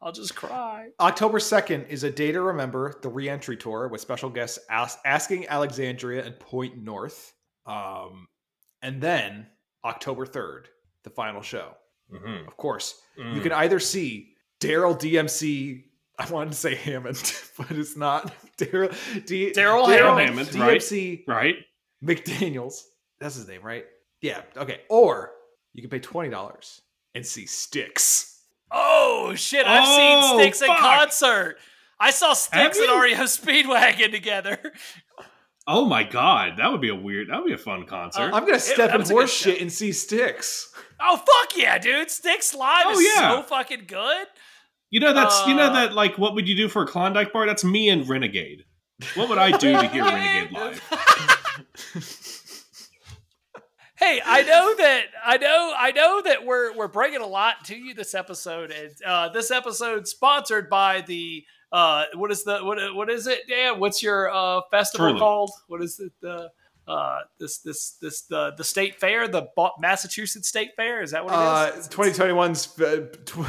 Speaker 2: I'll just cry.
Speaker 4: October 2nd is a day to remember the reentry tour with special guests As- Asking Alexandria and Point North. Um, and then October 3rd, the final show.
Speaker 1: Mhm.
Speaker 4: Of course, you
Speaker 1: Mm.
Speaker 2: Hmm.
Speaker 4: can either see Daryl DMC. I wanted to say Hammond, but it's not Daryl D-
Speaker 2: Daryl
Speaker 1: Hammond, right?
Speaker 4: DMC
Speaker 1: Right?
Speaker 4: McDaniels. That's his name, right? Yeah. Okay. Or you can pay twenty dollars and see Sticks.
Speaker 2: Oh shit! I've
Speaker 1: Oh,
Speaker 2: seen Sticks in
Speaker 1: fuck.
Speaker 2: concert. I saw Sticks and
Speaker 1: you?
Speaker 2: REO Speedwagon together.
Speaker 1: Oh my god, that would be a weird. That would be a fun concert.
Speaker 2: Uh,
Speaker 4: I'm gonna step
Speaker 2: that
Speaker 4: in
Speaker 2: was a good
Speaker 4: horse
Speaker 2: show.
Speaker 4: shit and see Sticks.
Speaker 2: Oh fuck yeah, dude! Sticks live
Speaker 1: Oh,
Speaker 2: is
Speaker 1: yeah.
Speaker 2: so fucking good.
Speaker 1: you know that's you know
Speaker 2: uh,
Speaker 1: that like what would you do for a Klondike bar? That's me and Renegade. What would I do to hear Renegade live?
Speaker 2: hey, I know that I know I know that we're we're bringing a lot to you this episode, and uh, this episode sponsored by the uh, what is the what what is it? Dan, what's your uh, festival
Speaker 1: Truly.
Speaker 2: called? What is it? The uh, this this this the the state fair, the Bo- Massachusetts State Fair. Is that what
Speaker 4: Uh,
Speaker 2: it is?
Speaker 4: 2021's uh,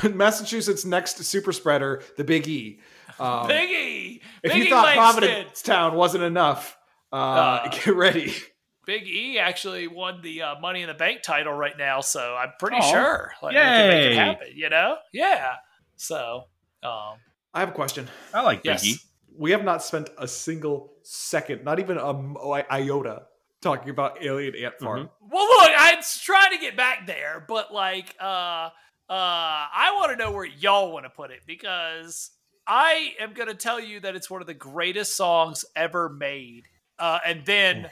Speaker 4: tw- Massachusetts next super spreader, the Big E. Um,
Speaker 2: Biggie.
Speaker 4: if
Speaker 2: Biggie
Speaker 4: you thought
Speaker 2: Langston.
Speaker 4: Providence Town wasn't enough, uh,
Speaker 2: E Uh,
Speaker 4: get ready.
Speaker 2: Big E actually won the uh, Money in the Bank title right now, so I'm pretty
Speaker 1: Aw.
Speaker 2: sure like, we can make it
Speaker 1: Oh. Yay.
Speaker 2: happen. You know, yeah. So, um,
Speaker 4: I have a question.
Speaker 1: I like
Speaker 2: yes,
Speaker 1: Biggie.
Speaker 4: We have not spent a single second, not even a m- i- iota, talking about Alien Ant Farm.
Speaker 2: Well, look, I was trying to get back there, but like, uh, uh, I want to know where y'all want to put it because I am going to tell you that it's one of the greatest songs ever made, uh, and then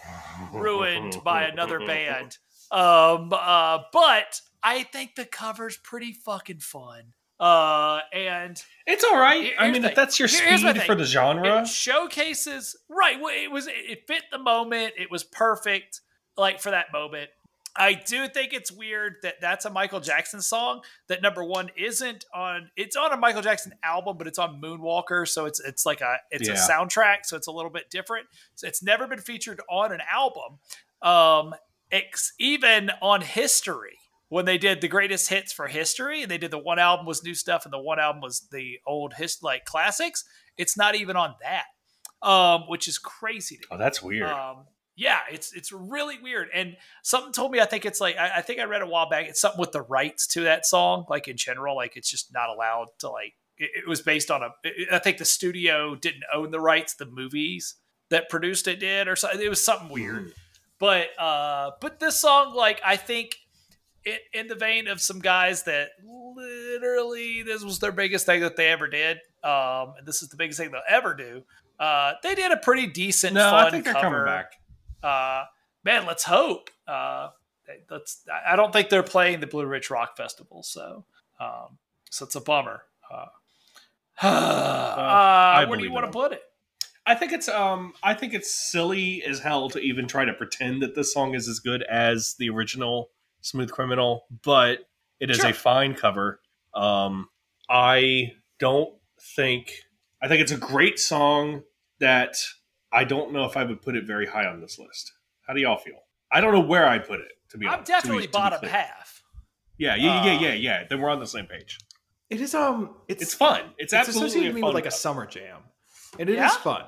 Speaker 2: ruined by another band. Um, uh, but I think the cover's pretty fucking fun. Uh, and
Speaker 1: It's all right.
Speaker 2: Here-
Speaker 1: I
Speaker 2: here's
Speaker 1: mean,
Speaker 2: the
Speaker 1: if that's your
Speaker 2: thing. Here- here's my
Speaker 1: speed for
Speaker 2: thing.
Speaker 1: the genre,
Speaker 2: it showcases right. well, It was it fit the moment. It was perfect, like for that moment. I do think it's weird that that's a Michael Jackson song that number one isn't on. It's on a Michael Jackson album, but it's on Moonwalker, so it's it's like a it's a
Speaker 1: Yeah.
Speaker 2: soundtrack, so it's a little bit different. So it's never been featured on an album, um, ex- even on History when they did the greatest hits for History, and they did the one album was new stuff, and the one album was the old hist like classics. It's not even on that, um, which is crazy to me.
Speaker 1: oh, that's weird.
Speaker 2: Um, yeah, it's it's really weird. And something told me I think it's like I, I think I read a while back. It's something with the rights to that song, like in general, like it's just not allowed to like. It, it was based on a. it- I think the studio didn't own the rights. The movies that produced it did, or something. It was something weird. But uh, but this song, like I think. It, in the vein of some guys that literally this was their biggest thing that they ever did, um, and this is the biggest thing they'll ever do. Uh, they did a pretty decent,
Speaker 1: Mm. no,
Speaker 2: fun
Speaker 1: I think they're
Speaker 2: cover
Speaker 1: coming back.
Speaker 2: uh, man, let's hope. Uh, let's. I I don't think they're playing the Blue Ridge Rock Festival, so um, so it's a bummer. Uh, uh, where do you
Speaker 1: believe
Speaker 2: want
Speaker 1: in
Speaker 2: to put it?
Speaker 1: I think it's um I think it's silly as hell to even try to pretend that this song is as good as the original Smooth Criminal, but it is
Speaker 2: Sure.
Speaker 1: a fine cover. Um I don't think I think it's a great song that I don't know if I would put it very high on this list. How do y'all feel? I don't know where I'd put it, to be
Speaker 2: I'm
Speaker 1: honest. to be-
Speaker 2: definitely
Speaker 1: to be
Speaker 2: bottom
Speaker 1: clear.
Speaker 2: half.
Speaker 1: Yeah, yeah, yeah,
Speaker 4: Uh,
Speaker 1: yeah, yeah. Then we're on the same page.
Speaker 4: It is um, it's
Speaker 1: It's fun. It's,
Speaker 4: it's
Speaker 1: absolutely
Speaker 4: associated
Speaker 1: a
Speaker 4: with me
Speaker 1: fun
Speaker 4: with like a
Speaker 1: cover.
Speaker 4: summer jam, and it is
Speaker 2: Yeah?
Speaker 4: fun.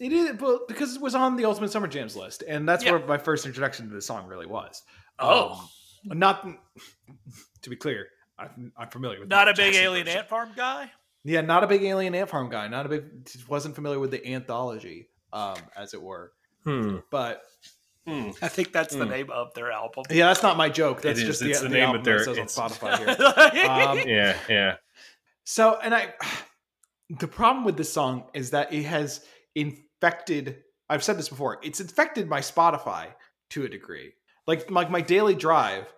Speaker 4: It is, but because it was on the Ultimate Summer Jams list, and that's
Speaker 2: Yeah.
Speaker 4: where my first introduction to the song really was.
Speaker 2: Oh.
Speaker 4: Um, not to be clear, I'm, I'm familiar with
Speaker 2: Not a
Speaker 4: Michael
Speaker 2: big
Speaker 4: Jackson
Speaker 2: alien
Speaker 4: version.
Speaker 2: ant farm guy.
Speaker 4: Yeah, not a big Alien Ant Farm guy. Not a big. Wasn't familiar with the anthology, um, as it were.
Speaker 1: Hmm.
Speaker 4: But
Speaker 1: Hmm.
Speaker 2: I think that's the
Speaker 1: Mm.
Speaker 2: name of their album.
Speaker 4: yeah, that's not my joke. That's
Speaker 1: is.
Speaker 4: just
Speaker 1: It's the
Speaker 4: the, the
Speaker 1: name
Speaker 4: album
Speaker 1: of
Speaker 4: that
Speaker 1: their-
Speaker 4: says on
Speaker 1: it's-
Speaker 4: Spotify here. Um,
Speaker 1: Yeah, yeah.
Speaker 4: So, and I, the problem with this song is that it has infected. I've said this before. It's infected my Spotify to a degree. Like like my daily drive,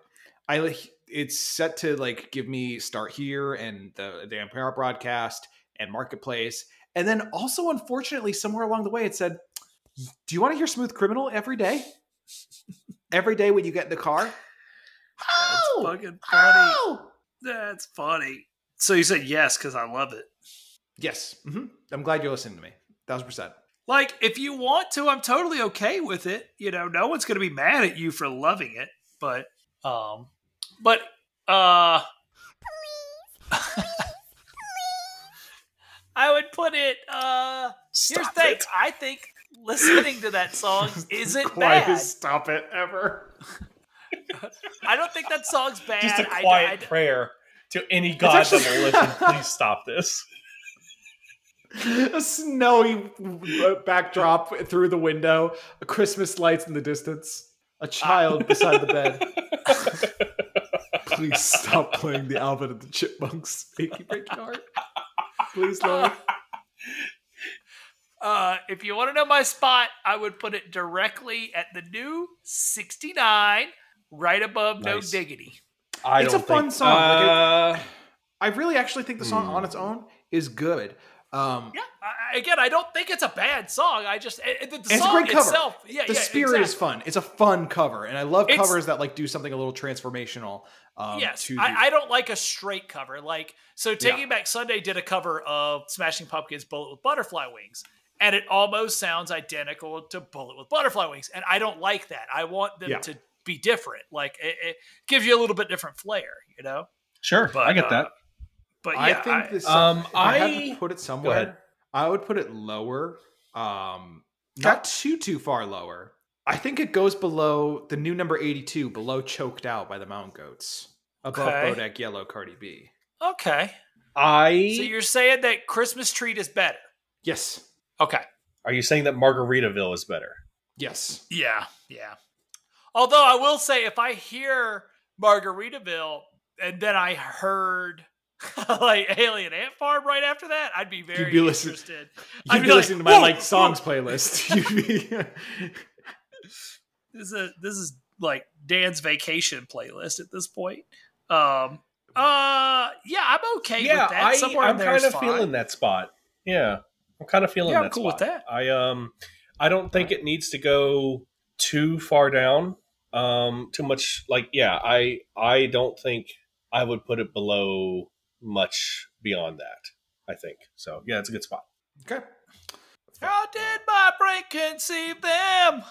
Speaker 4: I like it's set to like give me start here and the the Ampera broadcast and marketplace, And then also, unfortunately, somewhere along the way, it said, Do you want to hear Smooth Criminal every day? every day when you get in the car?
Speaker 2: That's fucking funny. Oh! That's funny. So you said yes because I love it.
Speaker 4: Yes. hmm I'm glad you're listening to me. Thousand percent.
Speaker 2: Like, if you want to, I'm totally okay with it. You know, no one's gonna be mad at you for loving it, but um but uh I would put it uh here's the thing. I think listening to that song isn't bad.
Speaker 4: stop it ever.
Speaker 2: I don't think that song's bad.
Speaker 1: Just a
Speaker 2: I-
Speaker 1: quiet
Speaker 2: I-
Speaker 1: prayer to any god
Speaker 4: actually-
Speaker 1: that will listen. Please stop this.
Speaker 4: A snowy uh, backdrop through the window, Christmas lights in the distance, a child beside the bed. Please stop playing the Alvin and the Chipmunks. Achy break your heart. Please, Lord.
Speaker 2: Uh, if you want to know my spot, I would put it directly at the new 69, right above
Speaker 1: Nice.
Speaker 2: No Diggity.
Speaker 1: I
Speaker 4: It's
Speaker 1: don't
Speaker 4: a fun
Speaker 1: think-
Speaker 4: song, like it-
Speaker 1: Uh,
Speaker 4: I really actually think the song on its own is good. Um,
Speaker 2: Yeah, I, I- again, I don't think it's a bad song. I just, it, it- the
Speaker 4: it's a
Speaker 2: song
Speaker 4: great cover.
Speaker 2: itself, yeah,
Speaker 4: the
Speaker 2: yeah,
Speaker 4: spirit is
Speaker 2: exactly.
Speaker 4: fun. It's a fun cover, and I love
Speaker 2: It's-
Speaker 4: covers that like do something a little transformational. Um,
Speaker 2: yes,
Speaker 4: to the-
Speaker 2: I, I don't like a straight cover. Like, so Taking
Speaker 4: Yeah.
Speaker 2: Back Sunday did a cover of Smashing Pumpkins' Bullet with Butterfly Wings, and it almost sounds identical to Bullet with Butterfly Wings. And I don't like that. I want them
Speaker 4: Yeah.
Speaker 2: to be different. Like, it, it gives you a little bit different flair, you know?
Speaker 1: sure,
Speaker 2: But,
Speaker 1: I get
Speaker 2: uh,
Speaker 1: that.
Speaker 2: But yeah,
Speaker 4: I think
Speaker 2: I- uh,
Speaker 4: this.
Speaker 1: um,
Speaker 4: if I, had
Speaker 1: I-
Speaker 4: to put it
Speaker 1: ahead.
Speaker 4: somewhere. I would put it lower. Um, not too too far lower. I think it goes below the new number eighty two, below "Choked Out" by the Mountain Goats, above
Speaker 2: Okay.
Speaker 4: Bodak Yellow, Cardi B.
Speaker 2: okay.
Speaker 1: I
Speaker 2: So you're saying that Christmas treat is better?
Speaker 4: Yes,
Speaker 2: Okay.
Speaker 1: are you saying that Margaritaville is better?
Speaker 4: yes.
Speaker 2: Yeah. Yeah. Although I will say, if I hear Margaritaville and then I heard like Alien Ant Farm right after that, I'd be very
Speaker 4: be listen-
Speaker 2: interested.
Speaker 4: You'd
Speaker 2: I'd
Speaker 4: be,
Speaker 2: be like,
Speaker 4: listening to my
Speaker 2: "Whoa,
Speaker 4: like
Speaker 2: whoa."
Speaker 4: songs playlist. You'd be
Speaker 2: This is a, this is like Dan's vacation playlist at this point. Um. Uh. Yeah, I'm okay with that. Somewhere
Speaker 1: I'm
Speaker 2: in there is
Speaker 1: kind of
Speaker 2: fine.
Speaker 1: feeling that spot. Yeah, I'm kind of feeling
Speaker 2: Yeah, I'm
Speaker 1: that.
Speaker 2: cool with
Speaker 1: spot.
Speaker 2: that.
Speaker 1: I um, I don't think it needs to go too far down. Um, too much like yeah. I I don't think I would put it below much beyond that. I think so. Yeah, it's a good spot.
Speaker 4: okay.
Speaker 2: How did my brain conceive them?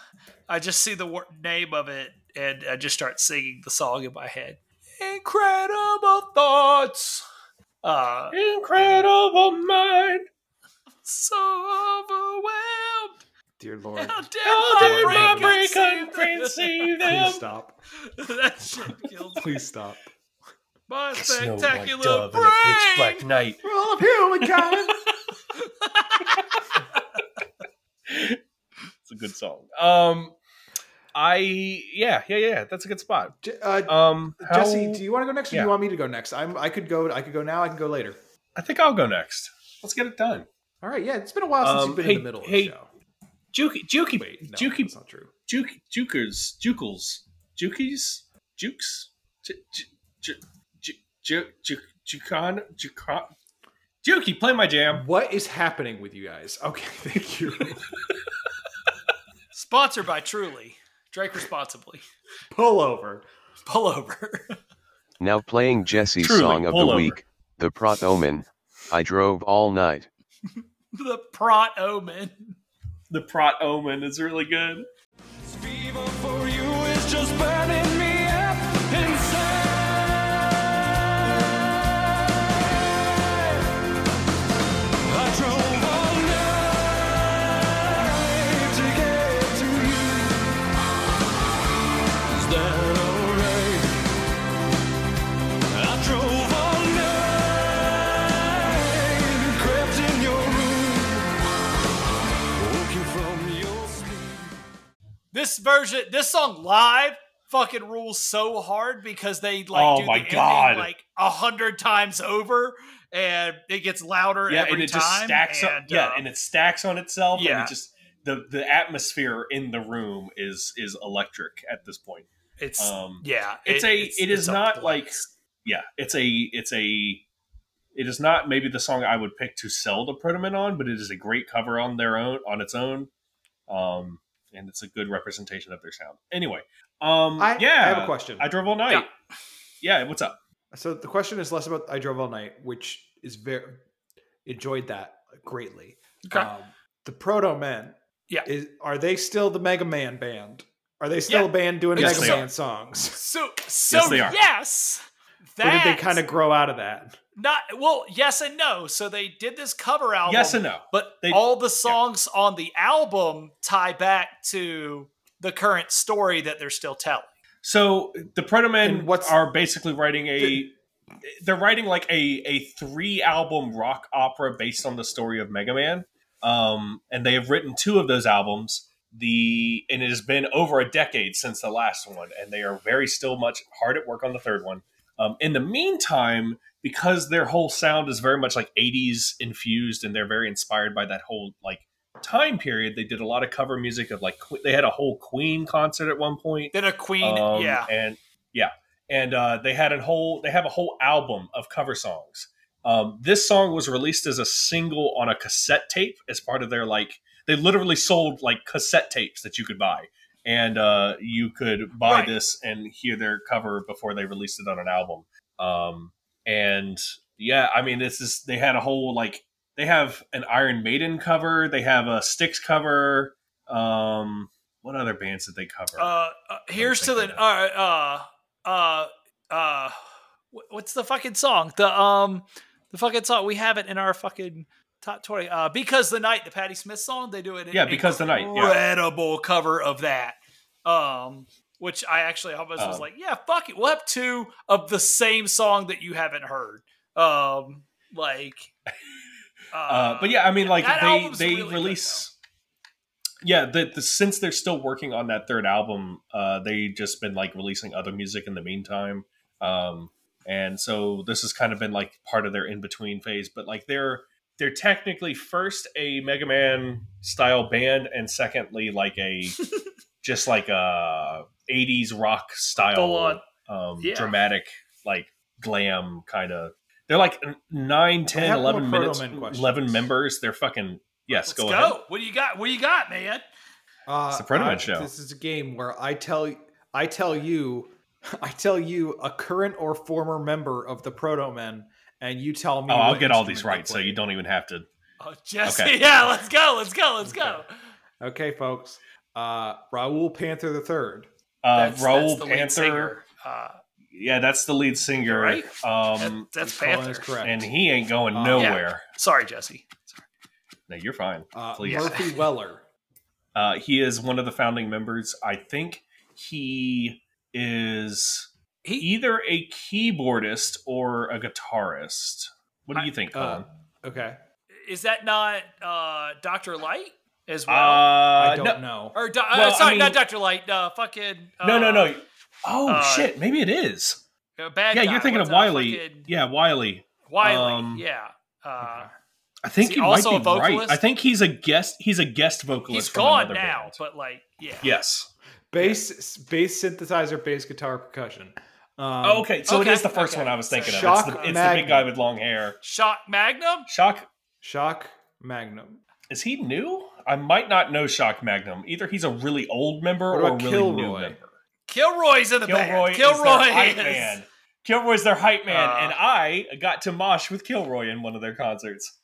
Speaker 2: I just see the wor- name of it and I just start singing the song in my head. Incredible thoughts. Uh,
Speaker 1: Incredible mind.
Speaker 2: so overwhelmed.
Speaker 4: Dear Lord,
Speaker 2: How did
Speaker 1: How did my
Speaker 2: my brain
Speaker 1: brain
Speaker 2: conceive them?
Speaker 1: conceive
Speaker 4: please
Speaker 1: them?
Speaker 4: stop.
Speaker 2: that shit kills me.
Speaker 4: Please stop.
Speaker 2: my
Speaker 1: Snow white
Speaker 2: spectacular
Speaker 1: dove and a pitch
Speaker 2: brain.
Speaker 1: black night.
Speaker 4: We're all of humankind.
Speaker 1: It's a good song. Um, I yeah yeah yeah. That's a good spot.
Speaker 4: J- uh,
Speaker 1: Um, how-
Speaker 4: Jesse, do you want to go next, or
Speaker 1: Yeah.
Speaker 4: do you want me to go next? I'm. I could go. I could go now. I can go later.
Speaker 1: I think I'll go next. Let's get it done.
Speaker 4: All right. Yeah, it's been a while since
Speaker 1: Um,
Speaker 4: you've been
Speaker 1: hey-
Speaker 4: in the middle
Speaker 1: hey,
Speaker 4: of the show.
Speaker 1: Juki, Juki,
Speaker 4: Wait, no,
Speaker 1: Juki,
Speaker 4: that's not true.
Speaker 1: Juki, Jukers, Jukels, Jukies, Jukes, Ju- Ju- Ju- Ju- Ju- Jukon, Jukon. Juki, play my jam.
Speaker 4: What is happening with you guys? Okay, thank you.
Speaker 2: Sponsored by Truly. Drink responsibly.
Speaker 4: Pull over.
Speaker 2: Pull over.
Speaker 6: Now playing Jesse's
Speaker 1: Truly,
Speaker 6: song of
Speaker 1: pull
Speaker 6: the
Speaker 1: over.
Speaker 6: week, The Prot Omen. I drove all night.
Speaker 2: the Prot Omen.
Speaker 1: The Prot Omen is really good.
Speaker 2: This version, this song live, fucking rules so hard because they like
Speaker 1: Oh
Speaker 2: do the
Speaker 1: my
Speaker 2: ending,
Speaker 1: God.
Speaker 2: like a hundred times over, and it gets louder
Speaker 1: Yeah,
Speaker 2: every
Speaker 1: and it
Speaker 2: time.
Speaker 1: just stacks
Speaker 2: and,
Speaker 1: up. Yeah,
Speaker 2: uh,
Speaker 1: and it stacks on itself. and
Speaker 2: yeah.
Speaker 1: it just the the atmosphere in the room is is electric at this point.
Speaker 2: it's
Speaker 1: Um,
Speaker 2: yeah,
Speaker 1: it's a- it is
Speaker 2: a
Speaker 1: not like-
Speaker 2: blast.
Speaker 1: yeah, it's a it's a It is not maybe the song I would pick to sell the Protoman on, but it is a great cover on their own on its own, um, and it's a good representation of their sound. Anyway, um,
Speaker 4: I,
Speaker 1: yeah,
Speaker 4: I have a question.
Speaker 1: I drove all night. Yeah, what's up?
Speaker 4: So the question is less about I drove all night, which is very enjoyed that greatly.
Speaker 2: Okay.
Speaker 4: Um, the Proto Men,
Speaker 2: Yeah.
Speaker 4: is, are they still the Mega Man band? Are they still
Speaker 2: Yeah.
Speaker 4: a band doing
Speaker 1: Yes,
Speaker 4: Mega
Speaker 1: they are.
Speaker 4: Man songs?
Speaker 2: So, so
Speaker 1: they are.
Speaker 2: yes,
Speaker 4: Or did
Speaker 2: that
Speaker 4: they kind of grow out of that?
Speaker 2: not well. Yes and no. So they did this cover album.
Speaker 1: yes and no.
Speaker 2: but
Speaker 1: They-
Speaker 2: all the songs on the album tie back to the current story that they're still telling.
Speaker 1: So the Proto Men
Speaker 4: And what's-
Speaker 1: are basically writing a. they're writing like a, a three album rock opera based on the story of Mega Man. Um, and they have written two of those albums. The and it has been over a decade since the last one, and they are very still much hard at work on the third one. Um, in the meantime, because their whole sound is very much like '80s infused, and they're very inspired by that whole like time period, they did a lot of cover music of like Que- they had a whole Queen concert at one point.
Speaker 2: Then a queen,
Speaker 1: Um,
Speaker 2: yeah,
Speaker 1: and yeah, and uh, they had a whole they have a whole album of cover songs. Um, this song was released as a single on a cassette tape as part of their like they literally sold like cassette tapes that you could buy, and uh, you could buy
Speaker 2: Right.
Speaker 1: this and hear their cover before they released it on an album. Um, and yeah, I mean this is they had a whole like they have an Iron Maiden cover, they have a Styx cover. Um, what other bands did they cover?
Speaker 2: uh, uh, here's to
Speaker 1: thinking
Speaker 2: the uh, uh uh uh wh- what's the fucking song the um the fucking song we have it in our fucking top 20 uh because the night the patty smith song they do it in
Speaker 1: yeah, because the night. Yeah.
Speaker 2: incredible cover of that um which i actually almost was
Speaker 1: Um,
Speaker 2: like yeah fuck it we'll have two of the same song that you haven't heard um like uh,
Speaker 1: Uh, but yeah, I mean, like
Speaker 2: that
Speaker 1: they
Speaker 2: album's
Speaker 1: they
Speaker 2: really good,
Speaker 1: release. yeah, the, the since they're still working on that third album, uh, they just been like releasing other music in the meantime, um, and so this has kind of been like part of their in between phase. But like they're they're technically first a Mega Man style band, and secondly like a just like a '80s rock
Speaker 2: Full
Speaker 1: style,
Speaker 2: on.
Speaker 1: um,
Speaker 2: Yeah.
Speaker 1: dramatic like glam kind of. They're like nine,
Speaker 4: I
Speaker 1: 10,
Speaker 4: have
Speaker 1: 11
Speaker 4: more
Speaker 1: minutes,
Speaker 4: Proto Man questions.
Speaker 1: 11 members. They're fucking, yes,
Speaker 2: let's
Speaker 1: go,
Speaker 2: go,
Speaker 1: ahead.
Speaker 2: what do you got what do you got man
Speaker 4: Uh,
Speaker 1: It's the Proto
Speaker 4: uh,
Speaker 1: Man show.
Speaker 4: This is a game where I tell I tell you I tell you a current or former member of the Proto Men, and you tell me.
Speaker 1: Oh, I'll
Speaker 4: what
Speaker 1: get all these
Speaker 4: instrument they
Speaker 1: right, so you
Speaker 4: played.
Speaker 1: don't even have to. Uh,
Speaker 2: Oh, Jesse.
Speaker 1: Okay.
Speaker 2: Yeah, let's go. Let's go. Let's go.
Speaker 4: Okay, folks. Uh, Raul Panther the Third.
Speaker 1: Uh,
Speaker 2: That's-
Speaker 1: Raul
Speaker 2: that's the lead
Speaker 1: Panther.
Speaker 2: singer. Uh,
Speaker 1: Yeah, that's the lead singer.
Speaker 2: Right?
Speaker 1: Um,
Speaker 2: that- that's
Speaker 4: Colin
Speaker 2: Panther.
Speaker 4: is correct.
Speaker 1: and he ain't going
Speaker 4: Uh,
Speaker 1: nowhere.
Speaker 2: Sorry, Jesse.
Speaker 1: No, you're fine.
Speaker 4: uh,
Speaker 1: please.
Speaker 4: Murphy Weller.
Speaker 1: Uh, he is one of the founding members. I think he is
Speaker 2: He
Speaker 1: either a keyboardist or a guitarist. What do you think,
Speaker 4: Uh,
Speaker 1: Colin?
Speaker 4: okay.
Speaker 2: is that not uh, Doctor Light as
Speaker 1: Uh,
Speaker 2: well?
Speaker 4: I don't
Speaker 1: no,
Speaker 4: know.
Speaker 2: or do-
Speaker 1: well,
Speaker 2: uh,
Speaker 1: I
Speaker 2: sorry, not
Speaker 1: mean-
Speaker 2: Doctor Light. Uh, fucking. Uh,
Speaker 1: no, no, no. Oh
Speaker 2: uh,
Speaker 1: shit, maybe it is.
Speaker 2: uh, Bad
Speaker 1: Yeah,
Speaker 2: guy.
Speaker 1: you're thinking
Speaker 2: What's
Speaker 1: of
Speaker 2: that
Speaker 1: Wiley.
Speaker 2: fucking-
Speaker 1: Yeah, Wiley.
Speaker 2: Wiley.
Speaker 1: um,
Speaker 2: yeah. Uh,
Speaker 1: I think
Speaker 2: Is
Speaker 1: he
Speaker 2: he
Speaker 1: you
Speaker 2: also
Speaker 1: might
Speaker 2: a
Speaker 1: be right.
Speaker 2: vocalist?
Speaker 1: I think he's a guest. He's a guest vocalist.
Speaker 2: he's
Speaker 1: from
Speaker 2: gone
Speaker 1: another
Speaker 2: now,
Speaker 1: band.
Speaker 2: but like, yeah.
Speaker 1: yes.
Speaker 4: Bass, s- bass synthesizer, bass guitar, percussion. Um,
Speaker 1: Oh, okay, so
Speaker 2: okay,
Speaker 1: it is the first
Speaker 2: okay.
Speaker 1: one I was thinking
Speaker 4: Shock
Speaker 1: of. It's, the, it's the
Speaker 4: Magnum.
Speaker 1: big guy with long hair.
Speaker 2: Shock Magnum.
Speaker 1: Shock.
Speaker 4: Shock Magnum.
Speaker 1: Is he new? I might not know Shock Magnum. Either he's a really old member
Speaker 4: What
Speaker 1: or a
Speaker 4: about
Speaker 1: really new
Speaker 4: Kilroy?
Speaker 1: member.
Speaker 2: Kilroy's in the
Speaker 1: Kilroy,
Speaker 2: band. Kilroy
Speaker 1: is their hype
Speaker 2: is.
Speaker 1: man. Kilroy's their hype man,
Speaker 2: Uh,
Speaker 1: and I got to mosh with Kilroy in one of their concerts.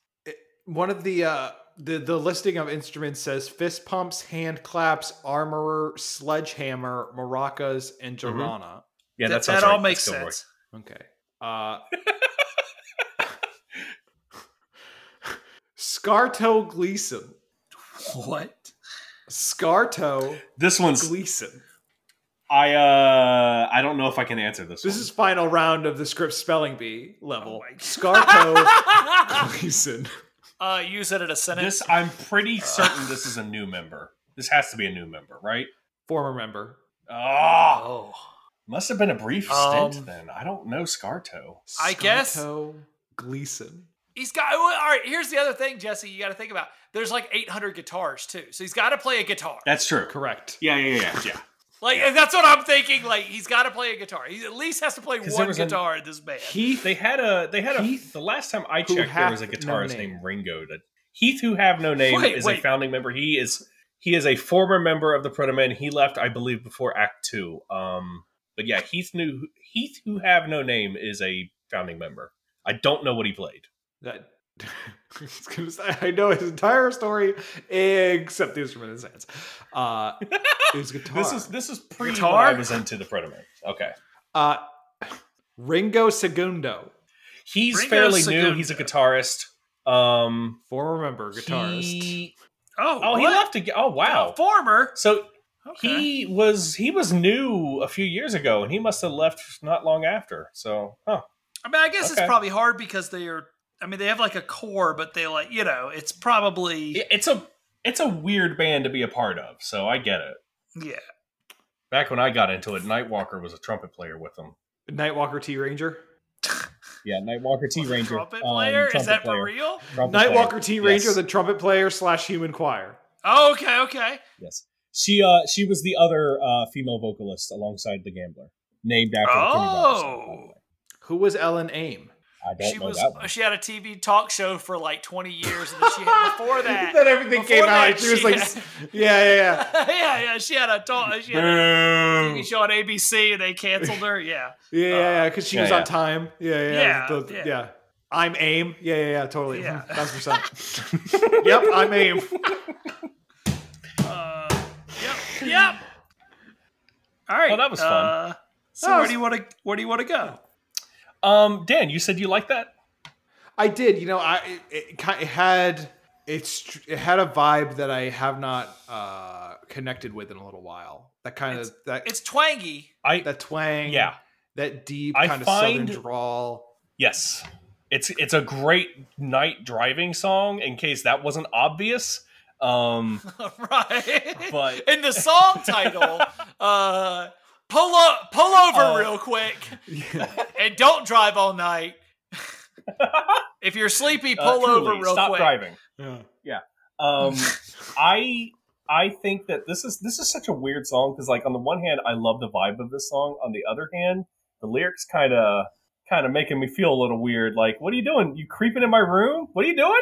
Speaker 4: One of the uh, the the listing of instruments says fist pumps, hand claps, armorer, sledgehammer, maracas, and
Speaker 2: Mm-hmm.
Speaker 1: Mhm.
Speaker 4: jarana.
Speaker 1: Yeah,
Speaker 2: that
Speaker 1: that's
Speaker 2: that all makes sense.
Speaker 4: Okay. Uh, Scarto Gleason.
Speaker 2: What?
Speaker 4: Scarto
Speaker 1: This one's
Speaker 4: Gleason.
Speaker 1: I uh I don't know if I can answer this.
Speaker 4: This
Speaker 1: one.
Speaker 4: is final round of the script spelling bee level.
Speaker 2: Oh my-
Speaker 4: Scarto Gleason.
Speaker 2: uh, use it in a sentence.
Speaker 1: this I'm pretty certain this is a new member. This has to be a new member, right?
Speaker 4: Former member.
Speaker 1: Oh,
Speaker 2: oh.
Speaker 1: must have been a brief stint
Speaker 2: Um,
Speaker 1: then. I don't know Scarto.
Speaker 2: I guess-
Speaker 4: Scarto Gleason.
Speaker 2: He's got well, all right. Here's the other thing, Jesse. You got to think about. There's like 800 guitars too, so he's got to play a guitar.
Speaker 1: That's true.
Speaker 4: Correct.
Speaker 1: Yeah, yeah, yeah, yeah.
Speaker 2: Like and that's what I'm thinking. Like he's got to play a guitar. He at least has to play
Speaker 1: 'Cause there
Speaker 2: one
Speaker 1: was an-
Speaker 2: guitar in this band.
Speaker 4: Heath,
Speaker 1: They had a they had a
Speaker 4: Heath,
Speaker 1: the last time I
Speaker 4: who
Speaker 1: checked there was a
Speaker 4: have no
Speaker 1: guitarist
Speaker 4: name.
Speaker 1: named Ringo that Heath who have no name
Speaker 2: Wait,
Speaker 1: is a
Speaker 2: wait.
Speaker 1: founding member. He is he is a former member of the Proto Men. He left, I believe, before Act Two. Um but yeah, Heath knew Heath who have no name is a founding member. I don't know what he played.
Speaker 4: that I was gonna say, I know his entire story except the instrument in his hands. Uh, his guitar.
Speaker 1: This is this is pre when
Speaker 2: Guitar?
Speaker 1: I was into the Proto Men. Okay.
Speaker 4: uh, Ringo Segundo,
Speaker 1: He's
Speaker 2: Ringo
Speaker 1: fairly
Speaker 2: Segundo.
Speaker 1: new. He's a guitarist. Um
Speaker 4: former member guitarist.
Speaker 1: he-
Speaker 2: Oh,
Speaker 1: oh, he
Speaker 2: what?
Speaker 1: left again. Oh wow.
Speaker 2: Former.
Speaker 1: So
Speaker 2: Okay.
Speaker 1: He was he was new a few years ago, and he must have left not long after. So, huh?
Speaker 2: I mean, I guess it's
Speaker 1: Okay.
Speaker 2: probably hard because they are. I mean, they have like a core, but they like you know, it's probably yeah.
Speaker 1: It- It's a it's a weird band to be a part of. So I get it. Back when I got into it, Nightwalker was a trumpet player with them.
Speaker 4: Nightwalker T Ranger.
Speaker 1: Yeah, Nightwalker T Ranger um,
Speaker 2: Trumpet player? Is that for real?
Speaker 4: Nightwalker T Ranger,
Speaker 1: Yes.
Speaker 4: the trumpet player slash human choir.
Speaker 2: Oh, okay, okay.
Speaker 1: Yes, she uh she was the other uh female vocalist alongside the Gambler, named after. the Kenny Rogers song, by the
Speaker 2: Oh.
Speaker 1: way.
Speaker 4: Who was Ellen Aim?
Speaker 1: I don't
Speaker 2: she
Speaker 1: know
Speaker 2: was.
Speaker 1: that one.
Speaker 2: She had a TV talk show for like 20 years, and then she had, before that.
Speaker 4: then everything
Speaker 2: before
Speaker 4: came out.
Speaker 2: that,
Speaker 4: and she was
Speaker 2: she
Speaker 4: like,
Speaker 2: had-
Speaker 4: yeah, yeah, yeah.
Speaker 2: yeah, yeah. She had a talk. She had a TV show on ABC, and they canceled her. Yeah.
Speaker 4: Yeah, yeah, because she
Speaker 1: Yeah,
Speaker 4: was
Speaker 1: yeah.
Speaker 4: on time. Yeah, yeah, yeah.
Speaker 2: Uh, Yeah,
Speaker 4: The-
Speaker 2: yeah.
Speaker 4: yeah. I'm aim. Yeah, yeah, yeah. Totally.
Speaker 2: Yeah.
Speaker 4: Yeah. Thousand percent. yep, I'm aim.
Speaker 2: Uh, yep. Yep. All right.
Speaker 1: Well, Oh, that was fun.
Speaker 2: Uh, so
Speaker 4: That
Speaker 2: where
Speaker 4: was-
Speaker 2: do you want to? Where do you want to go?
Speaker 1: Um, Dan, you said you like that.
Speaker 4: I did. You know, I it, it, ki- it had it's it had a vibe that I have not uh connected with in a little while. That kind of that
Speaker 2: It's twangy.
Speaker 1: I
Speaker 4: that twang.
Speaker 1: yeah.
Speaker 4: That deep
Speaker 1: I
Speaker 4: kind of southern
Speaker 1: find-
Speaker 4: drawl.
Speaker 1: Yes. It's it's a great night driving song in case that wasn't obvious. Um
Speaker 2: right?
Speaker 1: But-
Speaker 2: in the song title, uh, pull up, pull over
Speaker 1: Uh,
Speaker 2: real quick,
Speaker 4: Yeah.
Speaker 2: and don't drive all night. if you're sleepy,
Speaker 1: uh,
Speaker 2: pull
Speaker 1: truly,
Speaker 2: over real
Speaker 1: stop
Speaker 2: quick.
Speaker 1: driving.
Speaker 4: yeah.
Speaker 1: Um I I think that this is this is such a weird song because like on the one hand I love the vibe of this song. On the other hand, the lyrics kinda kinda making me feel a little weird. Like, what are you doing? You creeping in my room? What are you doing?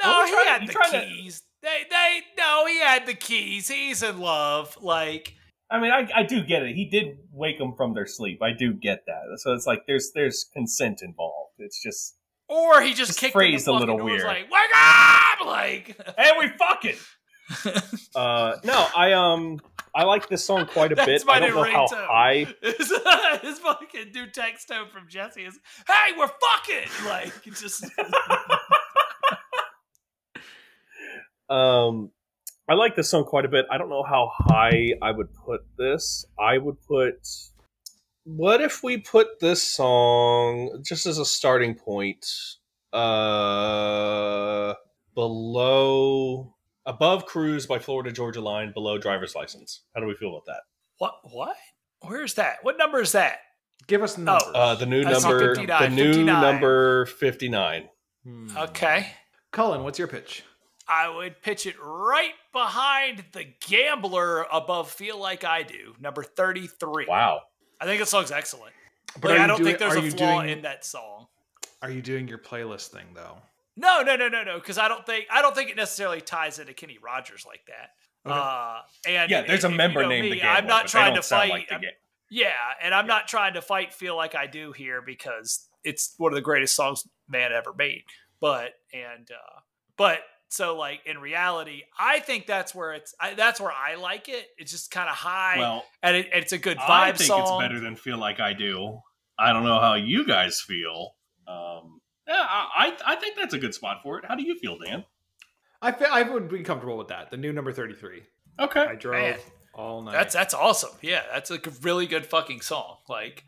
Speaker 2: No,
Speaker 1: Well, we
Speaker 2: he
Speaker 1: tried-
Speaker 2: had
Speaker 1: you
Speaker 2: the
Speaker 1: tried to-
Speaker 2: keys. They, they, no, he had the keys. He's in love. Like,
Speaker 1: I mean, I, I do get it. He did wake them from their sleep. I do get that. So it's like there's there's consent involved. It's just
Speaker 2: or he
Speaker 1: Just
Speaker 2: just, kicked in the
Speaker 1: phrased a
Speaker 2: fucking
Speaker 1: little
Speaker 2: door and was
Speaker 1: weird.
Speaker 2: Like, wake up! Like,
Speaker 1: and we fucking. uh, no, I um, I like this song quite a
Speaker 2: That's
Speaker 1: bit.
Speaker 2: my
Speaker 1: I don't
Speaker 2: new
Speaker 1: know how
Speaker 2: ringtone.
Speaker 1: high.
Speaker 2: his, his fucking new text tone from Jesse is, "Hey, we're fucking!" Like, just
Speaker 1: Um, I like this song quite a bit. I don't know how high I would put this. I would put. What if we put this song just as a starting point? Uh, below, above "Cruise" by Florida Georgia Line, below "Driver's License." How do we feel about that?
Speaker 2: What? What? Where's that? What number is that?
Speaker 4: Give
Speaker 2: Oh,
Speaker 4: us numbers.
Speaker 1: Uh, the new
Speaker 2: I saw
Speaker 1: number,
Speaker 2: 59,
Speaker 1: the new
Speaker 2: 59.
Speaker 1: number fifty-nine.
Speaker 4: Hmm.
Speaker 2: Okay.
Speaker 4: Cullen, what's your pitch?
Speaker 2: I would pitch it right behind the gambler above Feel Like I Do, number 33.
Speaker 1: Wow.
Speaker 2: I think the song's excellent.
Speaker 4: But
Speaker 2: But
Speaker 4: are
Speaker 2: I
Speaker 4: you
Speaker 2: don't
Speaker 4: doing-
Speaker 2: think there's
Speaker 4: are
Speaker 2: a
Speaker 4: you
Speaker 2: flaw
Speaker 4: doing-
Speaker 2: in that song.
Speaker 4: Are you doing your playlist thing though?
Speaker 2: No, no, no, no, no, because I don't think I don't think it necessarily ties into Kenny Rogers like that.
Speaker 4: Okay.
Speaker 2: Uh, and
Speaker 1: Yeah, there's a
Speaker 2: and you
Speaker 1: member
Speaker 2: know
Speaker 1: named
Speaker 2: me,
Speaker 1: the Gambler.
Speaker 2: I'm not
Speaker 1: but they
Speaker 2: trying
Speaker 1: don't
Speaker 2: to
Speaker 1: sound
Speaker 2: fight.
Speaker 1: Like the
Speaker 2: I'm-
Speaker 1: Ga-
Speaker 2: yeah, and I'm not trying to fight. Feel like I do here because it's one of the greatest songs man ever made. But and uh, but so like in reality, I think that's where it's. I, that's where I like it. It's just kind of high,
Speaker 1: well,
Speaker 2: and it, it's a good vibe
Speaker 1: I think
Speaker 2: song.
Speaker 1: it's better than "Feel Like I Do." I don't know how you guys feel. Um, yeah, I, I I think that's a good spot for it. How do you feel, Dan?
Speaker 4: I fe- I would be comfortable with that. The new number thirty three.
Speaker 1: Okay,
Speaker 4: I drove
Speaker 2: Man.
Speaker 4: all night.
Speaker 2: That's that's awesome. Yeah, that's a g- really good fucking song. Like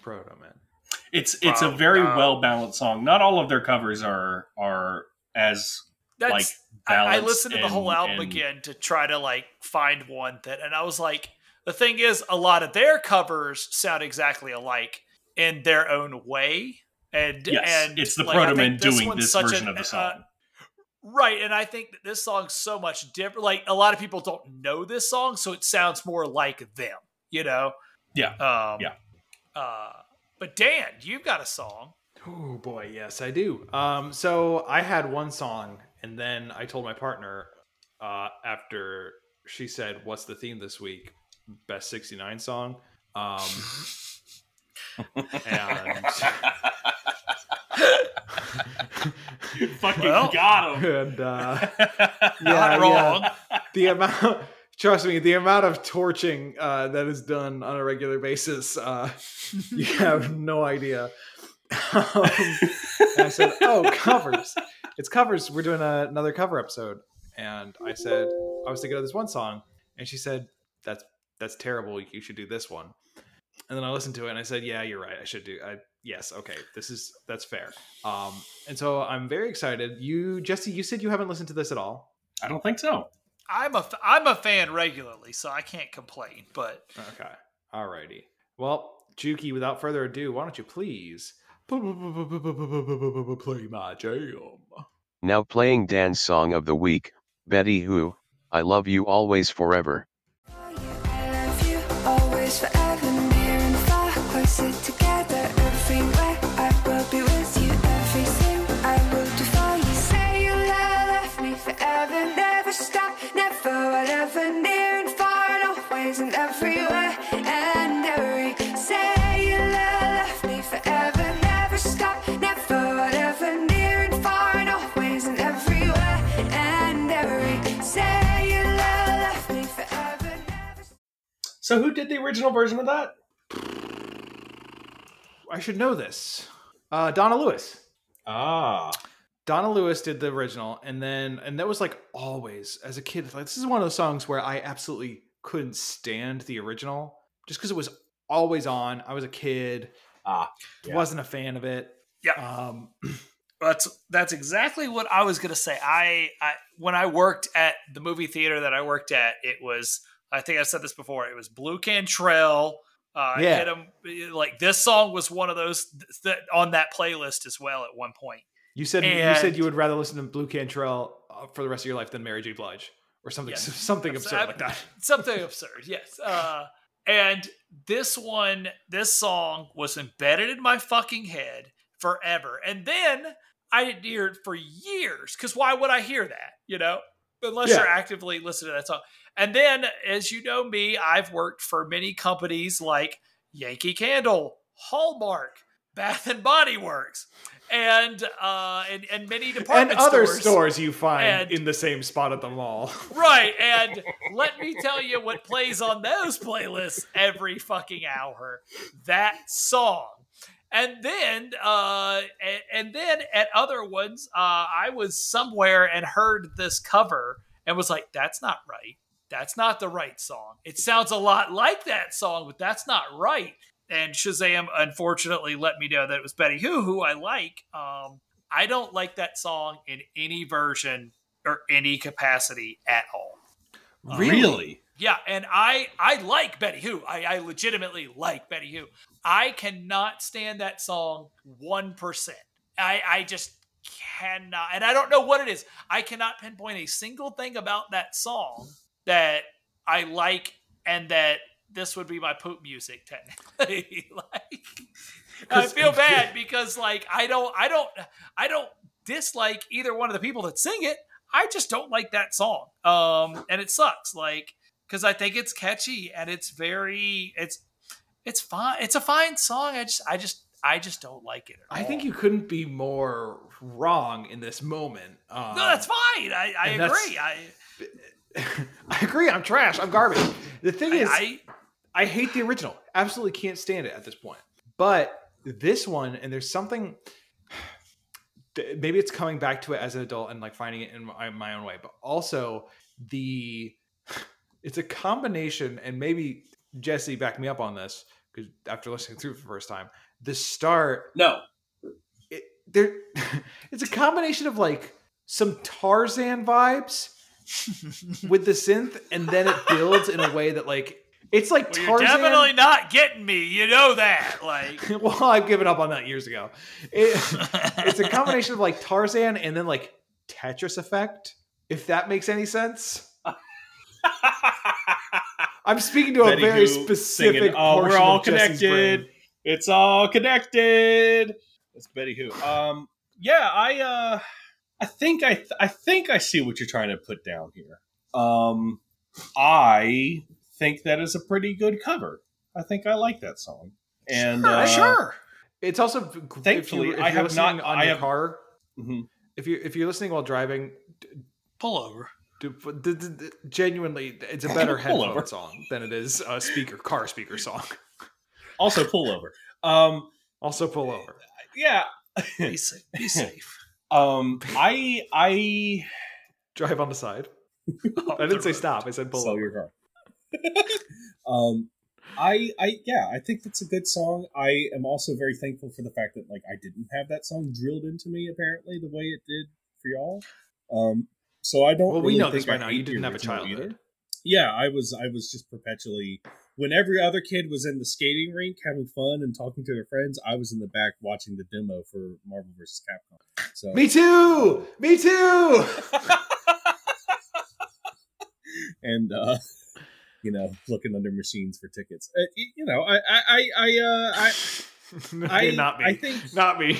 Speaker 4: proto man.
Speaker 1: it's it's a
Speaker 2: Wow,
Speaker 1: very
Speaker 2: wow.
Speaker 1: well balanced song. Not all of their covers are are as
Speaker 2: that's
Speaker 1: like
Speaker 2: I, I
Speaker 1: balanced.
Speaker 2: listened to the whole
Speaker 1: and-
Speaker 2: album
Speaker 1: and-
Speaker 2: again to try to like find one that, and I was like, the thing is, a lot of their covers sound exactly alike in their own way, and
Speaker 1: Yes,
Speaker 2: and
Speaker 1: it's the
Speaker 2: like, I
Speaker 1: Proto
Speaker 2: think
Speaker 1: Men
Speaker 2: this
Speaker 1: doing
Speaker 2: one's
Speaker 1: this
Speaker 2: such
Speaker 1: version
Speaker 2: an-
Speaker 1: of the
Speaker 2: uh,
Speaker 1: song.
Speaker 2: Right, and I think that this song's so much different. Like a lot of people don't know this song, so it sounds more like them, you know.
Speaker 1: Yeah.
Speaker 2: Um,
Speaker 1: Yeah.
Speaker 2: Uh, but Dan, you've got a song.
Speaker 4: Oh boy, yes, I do. Um, so I had one song, and then I told my partner uh, after she said, "What's the theme this week?" Best '69 song. Um, and
Speaker 1: You fucking
Speaker 2: Well.
Speaker 1: got him.
Speaker 4: and uh,
Speaker 2: Not
Speaker 4: yeah,
Speaker 2: wrong.
Speaker 4: yeah. The amount, trust me, the amount of torching uh, that is done on a regular basis, uh, you have no idea. Um, and I said, "Oh, covers! It's covers. We're doing a, another cover episode." And I said, "I was thinking of this one song," and she said, "That's that's terrible. You should do this one." And then I listened to it and I said, "Yeah, you're right. I should do. I yes, okay. This is that's fair." Um, and so I'm very excited. You, Jesse, you said you haven't listened to this at all.
Speaker 1: I don't think so.
Speaker 2: I'm a f- I'm a fan regularly, so I can't complain. But
Speaker 4: Okay. Alrighty. Well, Juki, without further ado, why don't you please play my jam?
Speaker 6: Now playing Dan's song of the week, Betty Who, I Love You Always Forever.
Speaker 7: I love you always, forever, near and far. Closer together, everywhere. I will be with you, everything I will do for you. Say you love me forever, never stop, never, whatever, near and far, and always and everywhere and every. Say you love me forever, never stop, never, whatever, near and far, and always and everywhere and every. Say you love me forever, never stop.
Speaker 1: So who did the original version of that?
Speaker 4: I should know this. Uh, Donna Lewis.
Speaker 1: Ah.
Speaker 4: Donna Lewis did the original, and then and that was like always as a kid. Like this is one of those songs where I absolutely couldn't stand the original just because it was always on. I was a kid,
Speaker 1: Ah. yeah.
Speaker 4: wasn't a fan of it.
Speaker 2: Yeah.
Speaker 4: Um,
Speaker 2: that's that's exactly what I was gonna say. I, I when I worked at the movie theater that I worked at, it was I think I said this before. It was Blue Cantrell. Uh,
Speaker 4: Yeah.
Speaker 2: hit 'em- like this song was one of those th- that on that playlist as well at one point.
Speaker 4: You said you said
Speaker 2: And-
Speaker 4: you would rather listen to Blue Cantrell uh, for the rest of your life than Mary J. Blige or something
Speaker 2: Yes.
Speaker 4: something
Speaker 2: Abs-
Speaker 4: absurd
Speaker 2: ab-
Speaker 4: like that.
Speaker 2: something absurd yes uh and this one this song was embedded in my fucking head forever and then i didn't hear it for years because why would i hear that you know unless
Speaker 4: Yeah.
Speaker 2: you're actively listening to that song and then as you know me i've worked for many companies like yankee candle hallmark bath and body works and uh and, and many
Speaker 4: And
Speaker 2: department
Speaker 4: other
Speaker 2: stores.
Speaker 4: stores you find
Speaker 2: And-
Speaker 4: in the same spot at the mall.
Speaker 2: Right, and let me tell you what plays on those playlists every fucking hour. That song. And then, uh, and, and then at other ones, uh, I was somewhere and heard this cover and was like, "That's not right. That's not the right song. It sounds a lot like that song, but that's not right." And Shazam, unfortunately, let me know that it was Betty Who, who I like. Um, I don't like that song in any version or any capacity at all.
Speaker 1: Really?
Speaker 2: Yeah, and I I like Betty Who. I, I legitimately like Betty Who. I cannot stand that song one percent. I I just cannot, and I don't know what it is. I cannot pinpoint a single thing about that song that I like, and that this would be my poop music technically. like, I feel bad because like I don't I don't I don't dislike either one of the people that sing it. I just don't like that song. Um, and it sucks. Like because I think it's catchy and it's very it's it's fine. It's a fine song. I just I just I just don't like it. at
Speaker 4: I think
Speaker 2: all.
Speaker 4: you couldn't be more wrong in this moment.
Speaker 2: No,
Speaker 4: Um,
Speaker 2: that's fine. I, I
Speaker 4: and that's-
Speaker 2: agree. I,
Speaker 4: I agree. I'm trash. I'm garbage. The thing is,
Speaker 2: I,
Speaker 4: I hate the original. Absolutely can't stand it at this point. But this one, and there's something. th- Maybe it's coming back to it as an adult and like finding it in my, my own way, but also the it's a combination, and maybe Jesse back me up on this because after listening through it for the first time, the start
Speaker 1: No.
Speaker 4: it, there it's a combination of like some Tarzan vibes with the synth, and then it builds in a way that like it's like
Speaker 2: well, you're
Speaker 4: Tarzan.
Speaker 2: definitely not getting me. You know that. Like
Speaker 4: well, I've given up on that years ago. It, it's a combination of like Tarzan and then like Tetris effect, if that makes any sense. I'm speaking to a
Speaker 1: Betty
Speaker 4: very
Speaker 1: Who singing,
Speaker 4: specific
Speaker 1: "Oh,
Speaker 4: portion
Speaker 1: we're all
Speaker 4: of Jesse's
Speaker 1: connected.
Speaker 4: brain.
Speaker 1: It's all connected. That's Betty Who. Um, yeah, I, uh, I think I, th- I think I see what you're trying to put down here. Um, I think that is a pretty good cover. I think I like that song. And
Speaker 4: Sure,
Speaker 1: uh,
Speaker 4: sure. It's also
Speaker 1: Thankfully,
Speaker 4: Thankfully, if you,
Speaker 1: I have
Speaker 4: listening
Speaker 1: not-
Speaker 4: on
Speaker 1: I
Speaker 4: your
Speaker 1: have-
Speaker 4: car.
Speaker 1: mhm.
Speaker 4: If you if you're listening while driving,
Speaker 2: Pull over.
Speaker 4: do, d- d- d- genuinely, it's a better
Speaker 1: Pull
Speaker 4: headphone
Speaker 1: over.
Speaker 4: song than it is a speaker car speaker song.
Speaker 1: also pull over. Um,
Speaker 4: Also, pull over.
Speaker 1: yeah.
Speaker 2: Be safe. Be safe.
Speaker 1: Um, I, I
Speaker 4: Drive on the side.
Speaker 2: Off
Speaker 4: I
Speaker 2: the
Speaker 4: didn't say
Speaker 2: road.
Speaker 4: stop. I said pull
Speaker 1: sell
Speaker 4: over.
Speaker 1: your car. um, I, I, yeah, I think that's a good song. I am also very thankful for the fact that like I didn't have that song drilled into me apparently the way it did for y'all. Um, so I don't.
Speaker 4: Well, we
Speaker 1: really
Speaker 4: know this
Speaker 1: think
Speaker 4: by
Speaker 1: I
Speaker 4: now.
Speaker 1: hate
Speaker 4: You
Speaker 1: the
Speaker 4: didn't have a
Speaker 1: original
Speaker 4: childhood.
Speaker 1: either. Yeah, I was, I was just perpetually. When every other kid was in the skating rink having fun and talking to their friends, I was in the back watching the demo for Marvel vs. Capcom. So
Speaker 4: Me too. Me too.
Speaker 1: and uh you know looking under machines for tickets uh, y- you know i i i, I uh i I,
Speaker 4: Okay, not me.
Speaker 1: I think
Speaker 4: not me.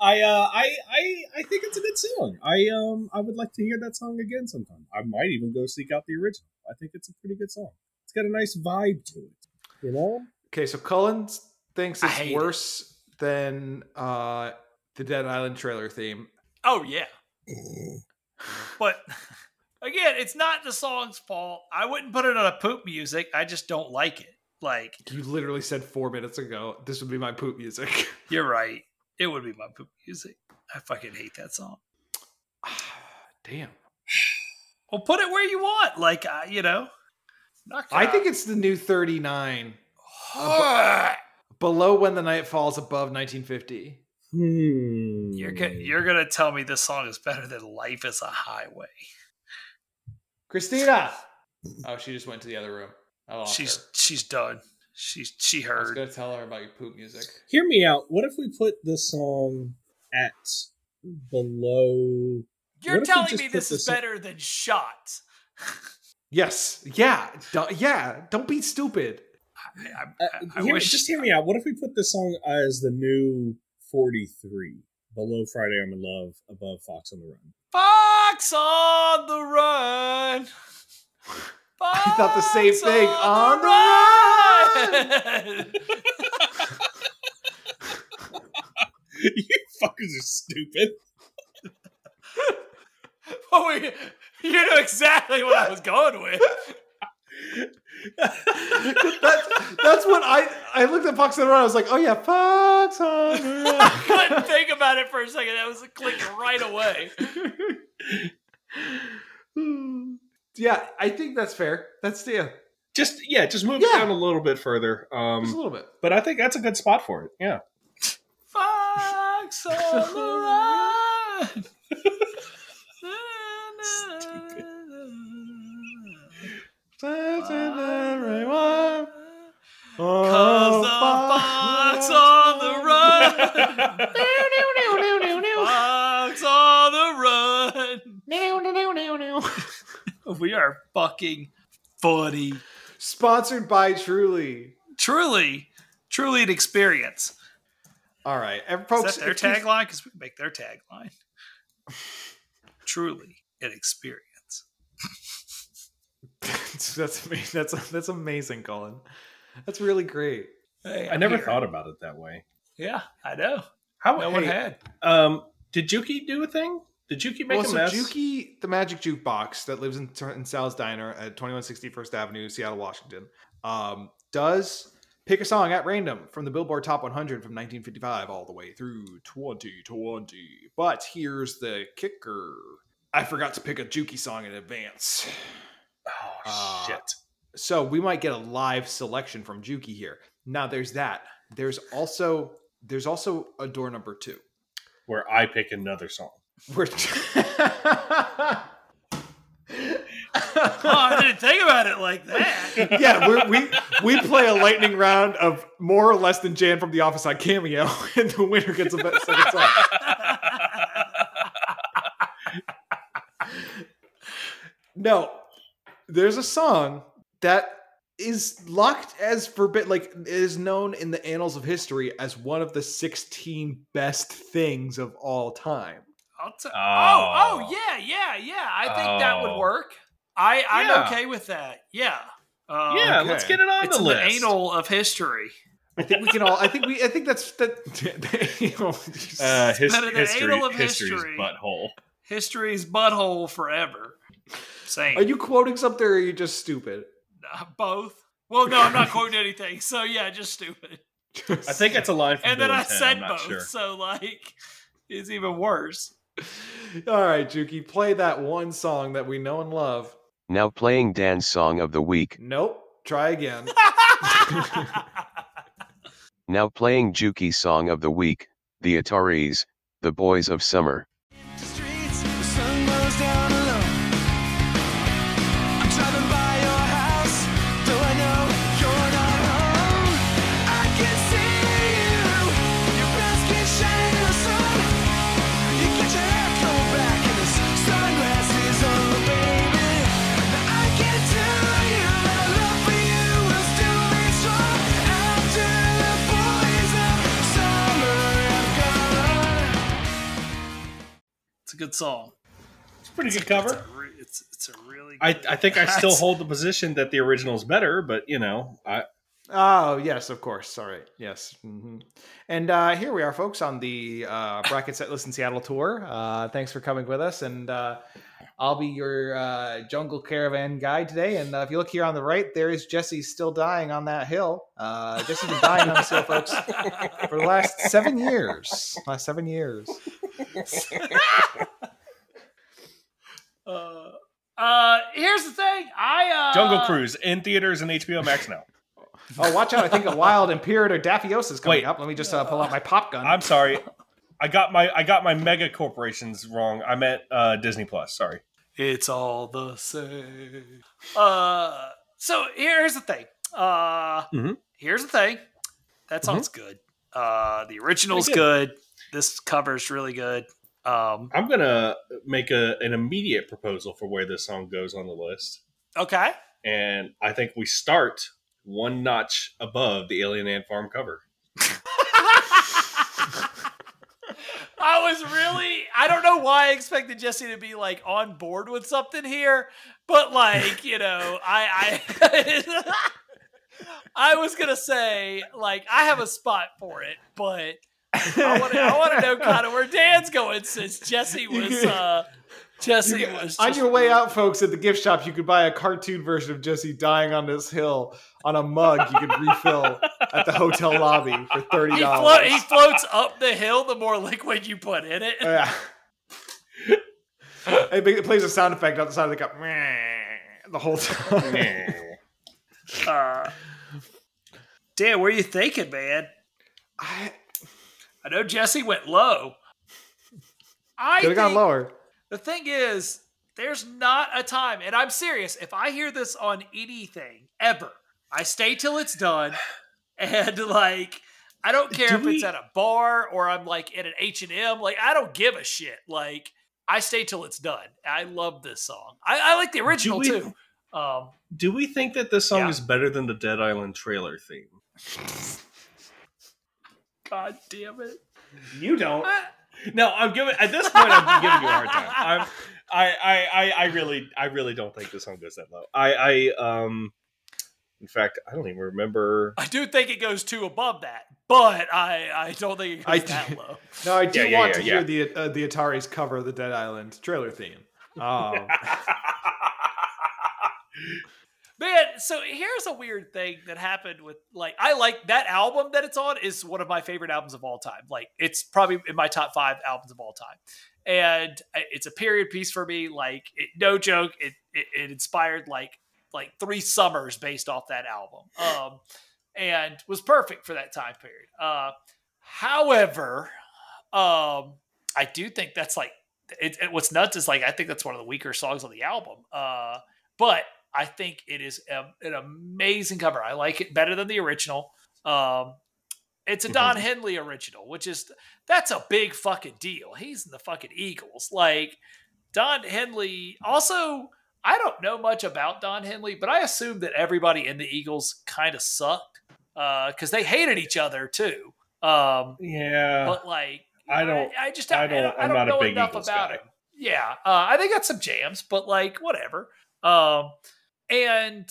Speaker 1: I, uh, I I I think it's a good song. I um I would like to hear that song again sometime. I might even go seek out the original. I think it's a pretty good song. It's got a nice vibe to it. You know?
Speaker 4: Okay, so Cullen s- thinks
Speaker 2: I
Speaker 4: it's
Speaker 2: hate it.
Speaker 4: worse than uh, the Dead Island trailer theme.
Speaker 2: Oh yeah. but again, it's not the song's fault. I wouldn't put it on a poop music. I just don't like it. Like
Speaker 4: You literally said four minutes ago, this would be my poop music.
Speaker 2: you're right. It would be my poop music. I fucking hate that song.
Speaker 4: Damn.
Speaker 2: Well, put it where you want. Like uh, you know. Knock it
Speaker 4: I
Speaker 2: out.
Speaker 4: think it's the new 39. Abo- below when the night falls above 1950.
Speaker 1: Hmm.
Speaker 2: you're gonna, you're gonna tell me this song is better than "Life Is a Highway."
Speaker 4: Christina! Oh, she just went to the other room. I lost
Speaker 2: she's
Speaker 4: her.
Speaker 2: she's done. She's she
Speaker 4: I was
Speaker 2: heard.
Speaker 4: going to tell her about your poop music.
Speaker 1: Hear me out. What if we put this song at below? What
Speaker 2: You're
Speaker 1: if we
Speaker 2: telling
Speaker 1: just
Speaker 2: me
Speaker 1: put
Speaker 2: this
Speaker 1: this
Speaker 2: is
Speaker 1: in-
Speaker 2: better than "Shot."
Speaker 4: Yes. Yeah. Don't, yeah. Don't be stupid.
Speaker 2: I, I,
Speaker 1: Uh,
Speaker 2: I
Speaker 1: hear,
Speaker 2: wish-
Speaker 1: just hear me out. What if we put this song as the new 43? Below Friday I'm in Love, above Fox on the Run.
Speaker 2: Fox on the run.
Speaker 4: I thought the same
Speaker 2: Fox
Speaker 4: thing. On the
Speaker 2: run.
Speaker 1: you fuckers are stupid.
Speaker 2: Oh, wait, you know exactly what I was going with.
Speaker 4: that's, that's what I I looked at Fox on the Run. I was like, oh yeah, Fox on
Speaker 2: I
Speaker 4: the
Speaker 2: couldn't think about it for a second. That was clicking right away.
Speaker 4: Run. yeah, I think that's fair. That's yeah,
Speaker 1: Just yeah, just move
Speaker 4: Yeah.
Speaker 1: it down a little bit further.
Speaker 4: just a
Speaker 1: Um,
Speaker 4: little bit.
Speaker 1: but I think that's a good spot for it. Yeah.
Speaker 2: Fox on the run.
Speaker 4: Fox on the
Speaker 2: Cause
Speaker 4: Run. Oh,
Speaker 2: the fox on the run. Fox on the run. We are fucking funny.
Speaker 4: Sponsored by Truly.
Speaker 2: Truly, truly an experience.
Speaker 4: All right, and
Speaker 2: Is
Speaker 4: folks.
Speaker 2: that their
Speaker 4: if you-
Speaker 2: tagline? Because we can make their tagline. truly an experience.
Speaker 4: that's amazing. That's that's amazing, Colin. That's really great.
Speaker 2: Hey,
Speaker 1: I
Speaker 2: I'm
Speaker 1: never
Speaker 2: here.
Speaker 1: thought about it that way.
Speaker 2: Yeah, I know.
Speaker 1: How
Speaker 2: No
Speaker 4: Oh,
Speaker 1: hey,
Speaker 2: one had.
Speaker 1: um did Juki do a thing? Did Juki make
Speaker 4: well,
Speaker 1: a
Speaker 4: so
Speaker 1: mess?
Speaker 4: Juki, the magic jukebox that lives in, Tur- in Sal's Diner at 2160 First Avenue, Seattle, Washington, um, does pick a song at random from the Billboard Top 100 from 1955 all the way through 2020. But here's the kicker: I forgot to pick a Juki song in advance.
Speaker 1: oh
Speaker 2: Ah.
Speaker 4: Uh,
Speaker 1: shit.
Speaker 4: So we might get a live selection from Juki here. Now there's that. There's also there's also a door number two.
Speaker 1: Where I pick another song.
Speaker 4: We're
Speaker 2: Oh, I didn't think about it like that.
Speaker 4: yeah, we're, we we play a lightning round of more or less than Jan from The Office on Cameo, and the winner gets a best second song. No, there's a song that is locked as forbid, like is known in the annals of history as one of the 16 best things of all time.
Speaker 2: I'll t- oh.
Speaker 1: Oh.
Speaker 2: oh, yeah, yeah, yeah. I think that would
Speaker 1: Oh.
Speaker 2: work. I, I'm
Speaker 1: Yeah.
Speaker 2: okay with that. Yeah. Uh,
Speaker 1: yeah,
Speaker 4: okay.
Speaker 1: let's get it on
Speaker 2: It's
Speaker 1: the
Speaker 2: in
Speaker 1: list.
Speaker 2: the anal of history.
Speaker 4: I think we can all. I think we. I think that's that. you know,
Speaker 1: Uh, his,
Speaker 2: better than
Speaker 1: history,
Speaker 2: anal of
Speaker 1: history's
Speaker 2: history.
Speaker 1: butthole.
Speaker 2: History's butthole forever. Same.
Speaker 4: are you quoting something, or are you just stupid?
Speaker 2: Uh, both? Well, no, I'm not quoting anything. So yeah, just stupid.
Speaker 1: I think it's a line from
Speaker 2: And
Speaker 1: Bill
Speaker 2: then I
Speaker 1: 10,
Speaker 2: said
Speaker 1: I'm not
Speaker 2: both.
Speaker 1: sure.
Speaker 2: So like, it's even worse.
Speaker 4: All right, Juki, play that one song that we know and love.
Speaker 6: Now playing dance song of the week.
Speaker 4: Nope. Try again.
Speaker 6: Now playing Juki song of the week. The Ataris, The Boys of Summer.
Speaker 8: the streets, the sun goes down alone. I'm driving by your house, though I know you're not home. I can see you, your brown skin shining in the sun. You got your hair combed back and the sunglasses on, baby. Now I can tell you that love for you will still be strong after the boys of summer have gone.
Speaker 2: it's a good song.
Speaker 1: It's a pretty good cover.
Speaker 2: It's a, re- it's, it's a really.
Speaker 1: I,
Speaker 2: good-
Speaker 1: I think I still
Speaker 2: That's-
Speaker 1: hold the position that the original's better, but you know, I
Speaker 4: Oh, yes, of course. Sorry. Yes. hmm And uh, here we are, folks, on the uh, Bracket Set Listen Seattle tour. Uh, thanks for coming with us. And uh, I'll be your uh, jungle caravan guide today. And uh, if you look here on the right, there is Jesse still dying on that hill. Uh, Jesse's been dying on this hill, folks, for the last seven years. Last seven years.
Speaker 2: Uh, uh, here's the thing. I uh,
Speaker 1: Jungle Cruise in theaters and HBO Max now.
Speaker 4: Oh, watch out. I think a wild Imperator Daphiosa is coming
Speaker 1: Wait.
Speaker 4: up. Let me just uh, pull out my pop gun.
Speaker 1: I'm sorry. I got my I got my mega corporations wrong. I meant uh, Disney Plus. Sorry.
Speaker 2: It's all the same. Uh, so here's the thing. Uh,
Speaker 1: Mhm.
Speaker 2: here's the thing. That song's good. Uh, the original's
Speaker 1: Pretty
Speaker 2: good. This cover's really good. Um,
Speaker 1: I'm gonna make a an immediate proposal for where this song goes on the list,
Speaker 2: okay.
Speaker 1: and I think we start one notch above the Alien Ant Farm cover.
Speaker 2: I was really, I don't know why I expected Jesse to be like on board with something here, but like, you know, I, I, I was going to say, like, I have a spot for it, but I want to, I want to know kind of where Dan's going since Jesse was, uh, Jesse
Speaker 4: You-
Speaker 2: was
Speaker 4: on
Speaker 2: just-
Speaker 4: your way out, folks, at the gift shop, you could buy a cartoon version of Jesse dying on this hill on a mug you could refill at the hotel lobby for thirty
Speaker 2: He, flo-
Speaker 4: dollars.
Speaker 2: he floats up the hill the more liquid you put in it.
Speaker 4: Yeah. it, be- it plays a sound effect on the side of the cup the whole time.
Speaker 2: Uh, Dan, what are you thinking, man?
Speaker 4: I
Speaker 2: I know Jesse went low. I
Speaker 4: could have gone
Speaker 2: think-
Speaker 4: lower.
Speaker 2: The thing is, there's not a time, and I'm serious. If I hear this on anything ever, I stay till it's done, and like I don't care
Speaker 1: Do
Speaker 2: if it's
Speaker 1: we-
Speaker 2: at a bar or I'm like at an H and M. Like I don't give a shit. Like I stay till it's done. I love this song. I, I like the original
Speaker 1: we-
Speaker 2: too. Um,
Speaker 1: Do we think that this song
Speaker 2: Yeah.
Speaker 1: is better than the Dead Island trailer theme?
Speaker 2: God damn it.
Speaker 1: You don't.
Speaker 2: Uh,
Speaker 1: No, I'm giving at this point. I'm giving you a hard time. I'm, I, I, I, I really, I really don't think this song goes that low. I, I, um, in fact, I don't even remember.
Speaker 2: I do think it goes two above that, but I I don't think it goes
Speaker 4: I
Speaker 2: that
Speaker 4: do-
Speaker 2: low.
Speaker 4: No, I do
Speaker 1: Yeah, yeah,
Speaker 4: want
Speaker 1: yeah,
Speaker 4: to hear the uh, the Atari's cover of the Dead Island trailer theme. Um,
Speaker 2: Man, so here's a weird thing that happened with like I like that album that it's on is one of my favorite albums of all time. Like it's probably in my top five albums of all time, and I- it's a period piece for me. Like it, no joke, it, it it inspired like like three summers based off that album, um, and was perfect for that time period. Uh, however, um, I do think that's like it, it- what's nuts is like I think that's one of the weaker songs on the album. Uh, but I think it is a, an amazing cover. I like it better than the original. Um, it's a Don Henley original, which is that's a big fucking deal. He's in the fucking Eagles. Like Don Henley also I don't know much about Don Henley, but I assume that everybody in the Eagles kind of sucked because they hated each other too. Um,
Speaker 1: Yeah,
Speaker 2: but like,
Speaker 1: I don't.
Speaker 2: I, just
Speaker 1: I don't.
Speaker 2: I
Speaker 1: I'm
Speaker 2: don't
Speaker 1: not
Speaker 2: know
Speaker 1: a big
Speaker 2: enough
Speaker 1: Eagles
Speaker 2: about
Speaker 1: guy.
Speaker 2: it. Yeah, uh, I they got some jams, but like whatever. Um, and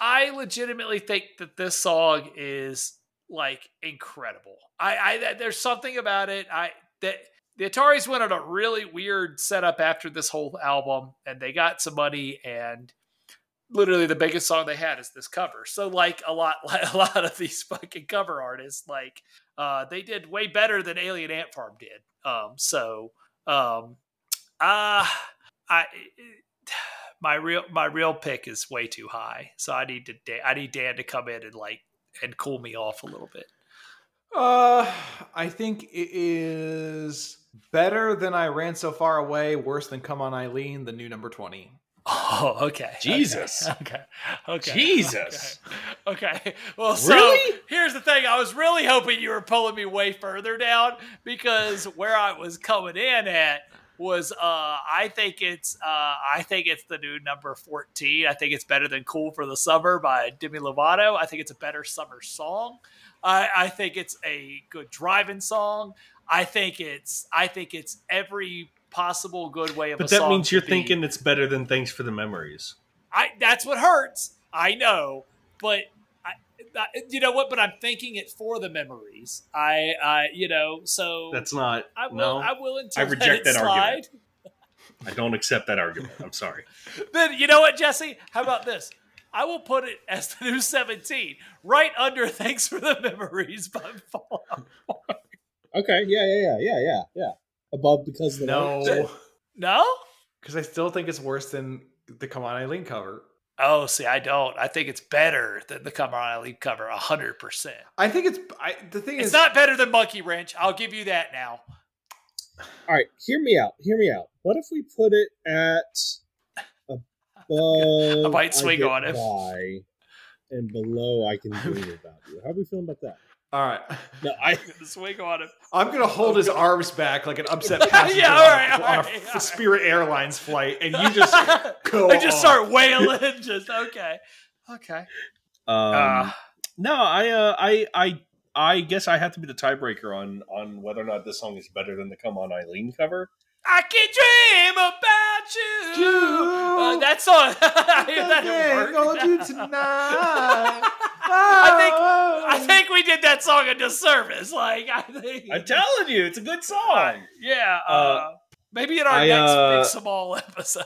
Speaker 2: I legitimately think that this song is like incredible. I, I that- there's something about it. I that the Ataris went on a really weird setup after this whole album, and they got some money and. Literally, the biggest song they had is this cover. So, like a lot, a lot of these fucking cover artists, like uh, they did way better than Alien Ant Farm did. Um, so, um, uh, I my real my real pick is way too high. So I need to Dan- I need Dan to come in and like and cool me off a little bit.
Speaker 4: Uh, I think it is better than I ran so far away. Worse than Come On Eileen, the new number twenty.
Speaker 2: Oh, okay.
Speaker 1: Jesus.
Speaker 2: Okay. Okay.
Speaker 1: Jesus.
Speaker 2: Okay. okay. Well, so
Speaker 1: Really?
Speaker 2: here's the thing. I was really hoping you were pulling me way further down because where I was coming in at was uh I think it's uh I think it's the new number 14. I think it's better than Cool for the Summer by Demi Lovato. I think it's a better summer song. I I think it's a good driving song. I think it's I think it's every possible good way of a
Speaker 1: But
Speaker 2: song
Speaker 1: that means
Speaker 2: to
Speaker 1: you're
Speaker 2: be-
Speaker 1: thinking it's better than Thanks for the Memories.
Speaker 2: I that's what hurts. I know, but I, I, you know what? But I'm thanking it for the memories. I, I, you know, so
Speaker 1: That's not.
Speaker 2: I will.
Speaker 1: no, I,
Speaker 2: I'm willing to
Speaker 1: I
Speaker 2: let
Speaker 1: reject
Speaker 2: it
Speaker 1: that
Speaker 2: slide.
Speaker 1: argument. don't accept that argument. I'm sorry.
Speaker 2: Then you know what, Jesse? How about this? I will put it as the new 17, right under "Thanks for the Memories" by Fall. Out.
Speaker 9: Okay, yeah, yeah, yeah, yeah, yeah, yeah. Above because of the
Speaker 4: No,
Speaker 2: No.
Speaker 4: because I still think it's worse than the Come On Eileen cover.
Speaker 2: Oh, see, I don't. I think it's better than the Come On Leave cover, hundred percent.
Speaker 4: I think it's. I the thing
Speaker 2: It's
Speaker 4: is
Speaker 2: not better than Monkey Wrench. I'll give you that now.
Speaker 9: All right, hear me out. Hear me out. What if we put it at above?
Speaker 2: I might swing
Speaker 9: get
Speaker 2: on it.
Speaker 9: by, and below I can dream about you. How are we feeling about that?
Speaker 4: All right,
Speaker 9: No, I
Speaker 2: Swing on him.
Speaker 4: I'm gonna hold his arms back like an upset passenger
Speaker 2: Yeah,
Speaker 4: on,
Speaker 2: all right,
Speaker 4: a,
Speaker 2: all
Speaker 4: on a
Speaker 2: right,
Speaker 4: f-
Speaker 2: all right.
Speaker 4: Spirit Airlines flight, and you just go.
Speaker 2: I just
Speaker 1: Oh.
Speaker 4: on.
Speaker 2: start wailing. Just okay, okay.
Speaker 1: Um,
Speaker 2: Uh,
Speaker 1: no, I, uh, I, I, I guess I have to be the tiebreaker on on whether or not this song is better than the Come On Eileen cover.
Speaker 2: I can dream about you. Uh, that song. I hear that at work.
Speaker 4: you tonight.
Speaker 2: I think I think we did that song a disservice. Like I think.
Speaker 1: I'm telling you, it's a good song.
Speaker 2: yeah. Uh,
Speaker 1: Uh,
Speaker 2: maybe in our
Speaker 1: I,
Speaker 2: next
Speaker 1: uh,
Speaker 2: big small episode.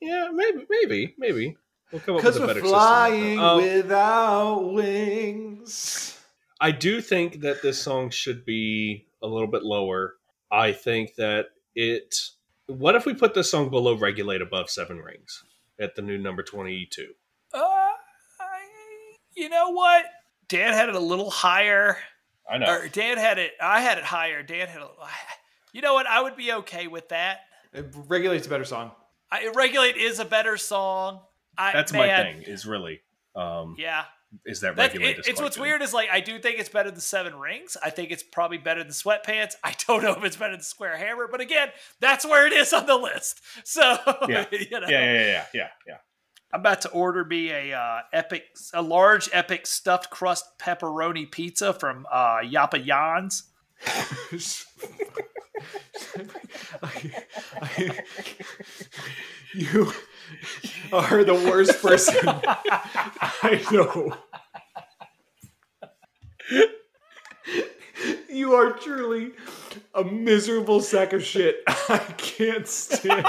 Speaker 1: Yeah, maybe, maybe, maybe. We'll come up with a
Speaker 4: because we're
Speaker 1: better system than
Speaker 4: flying
Speaker 1: that. Um,
Speaker 4: without wings.
Speaker 1: I do think that this song should be a little bit lower. I think that it. What if we put this song below "Regulate" above Seven Rings at the new number twenty-two?
Speaker 2: Uh, I, you know what? Dan had it a little higher.
Speaker 1: I know.
Speaker 2: Or Dan had it. I had it higher. Dan had it. You know what? I would be okay with that.
Speaker 4: It regulates a better song.
Speaker 2: I, regulate is a better song. I,
Speaker 1: That's my
Speaker 2: man,
Speaker 1: thing. Is really. Um,
Speaker 2: Yeah,
Speaker 1: Is that,
Speaker 2: That-
Speaker 1: regulate?
Speaker 2: it-
Speaker 1: is
Speaker 2: it's
Speaker 1: quite
Speaker 2: what's
Speaker 1: good.
Speaker 2: weird is like I do think it's better than Seven Rings. I think it's probably better than Sweatpants. I don't know if it's better than Square Hammer, but again, that's where it is on the list. So
Speaker 1: Yeah.
Speaker 2: you know,
Speaker 1: Yeah, yeah, yeah, yeah, yeah, yeah.
Speaker 2: I'm about to order me a uh, epic, a large epic stuffed crust pepperoni pizza from uh, Yappa Jan's.
Speaker 4: you are the worst person I know. You are truly a miserable sack of shit. I can't stand.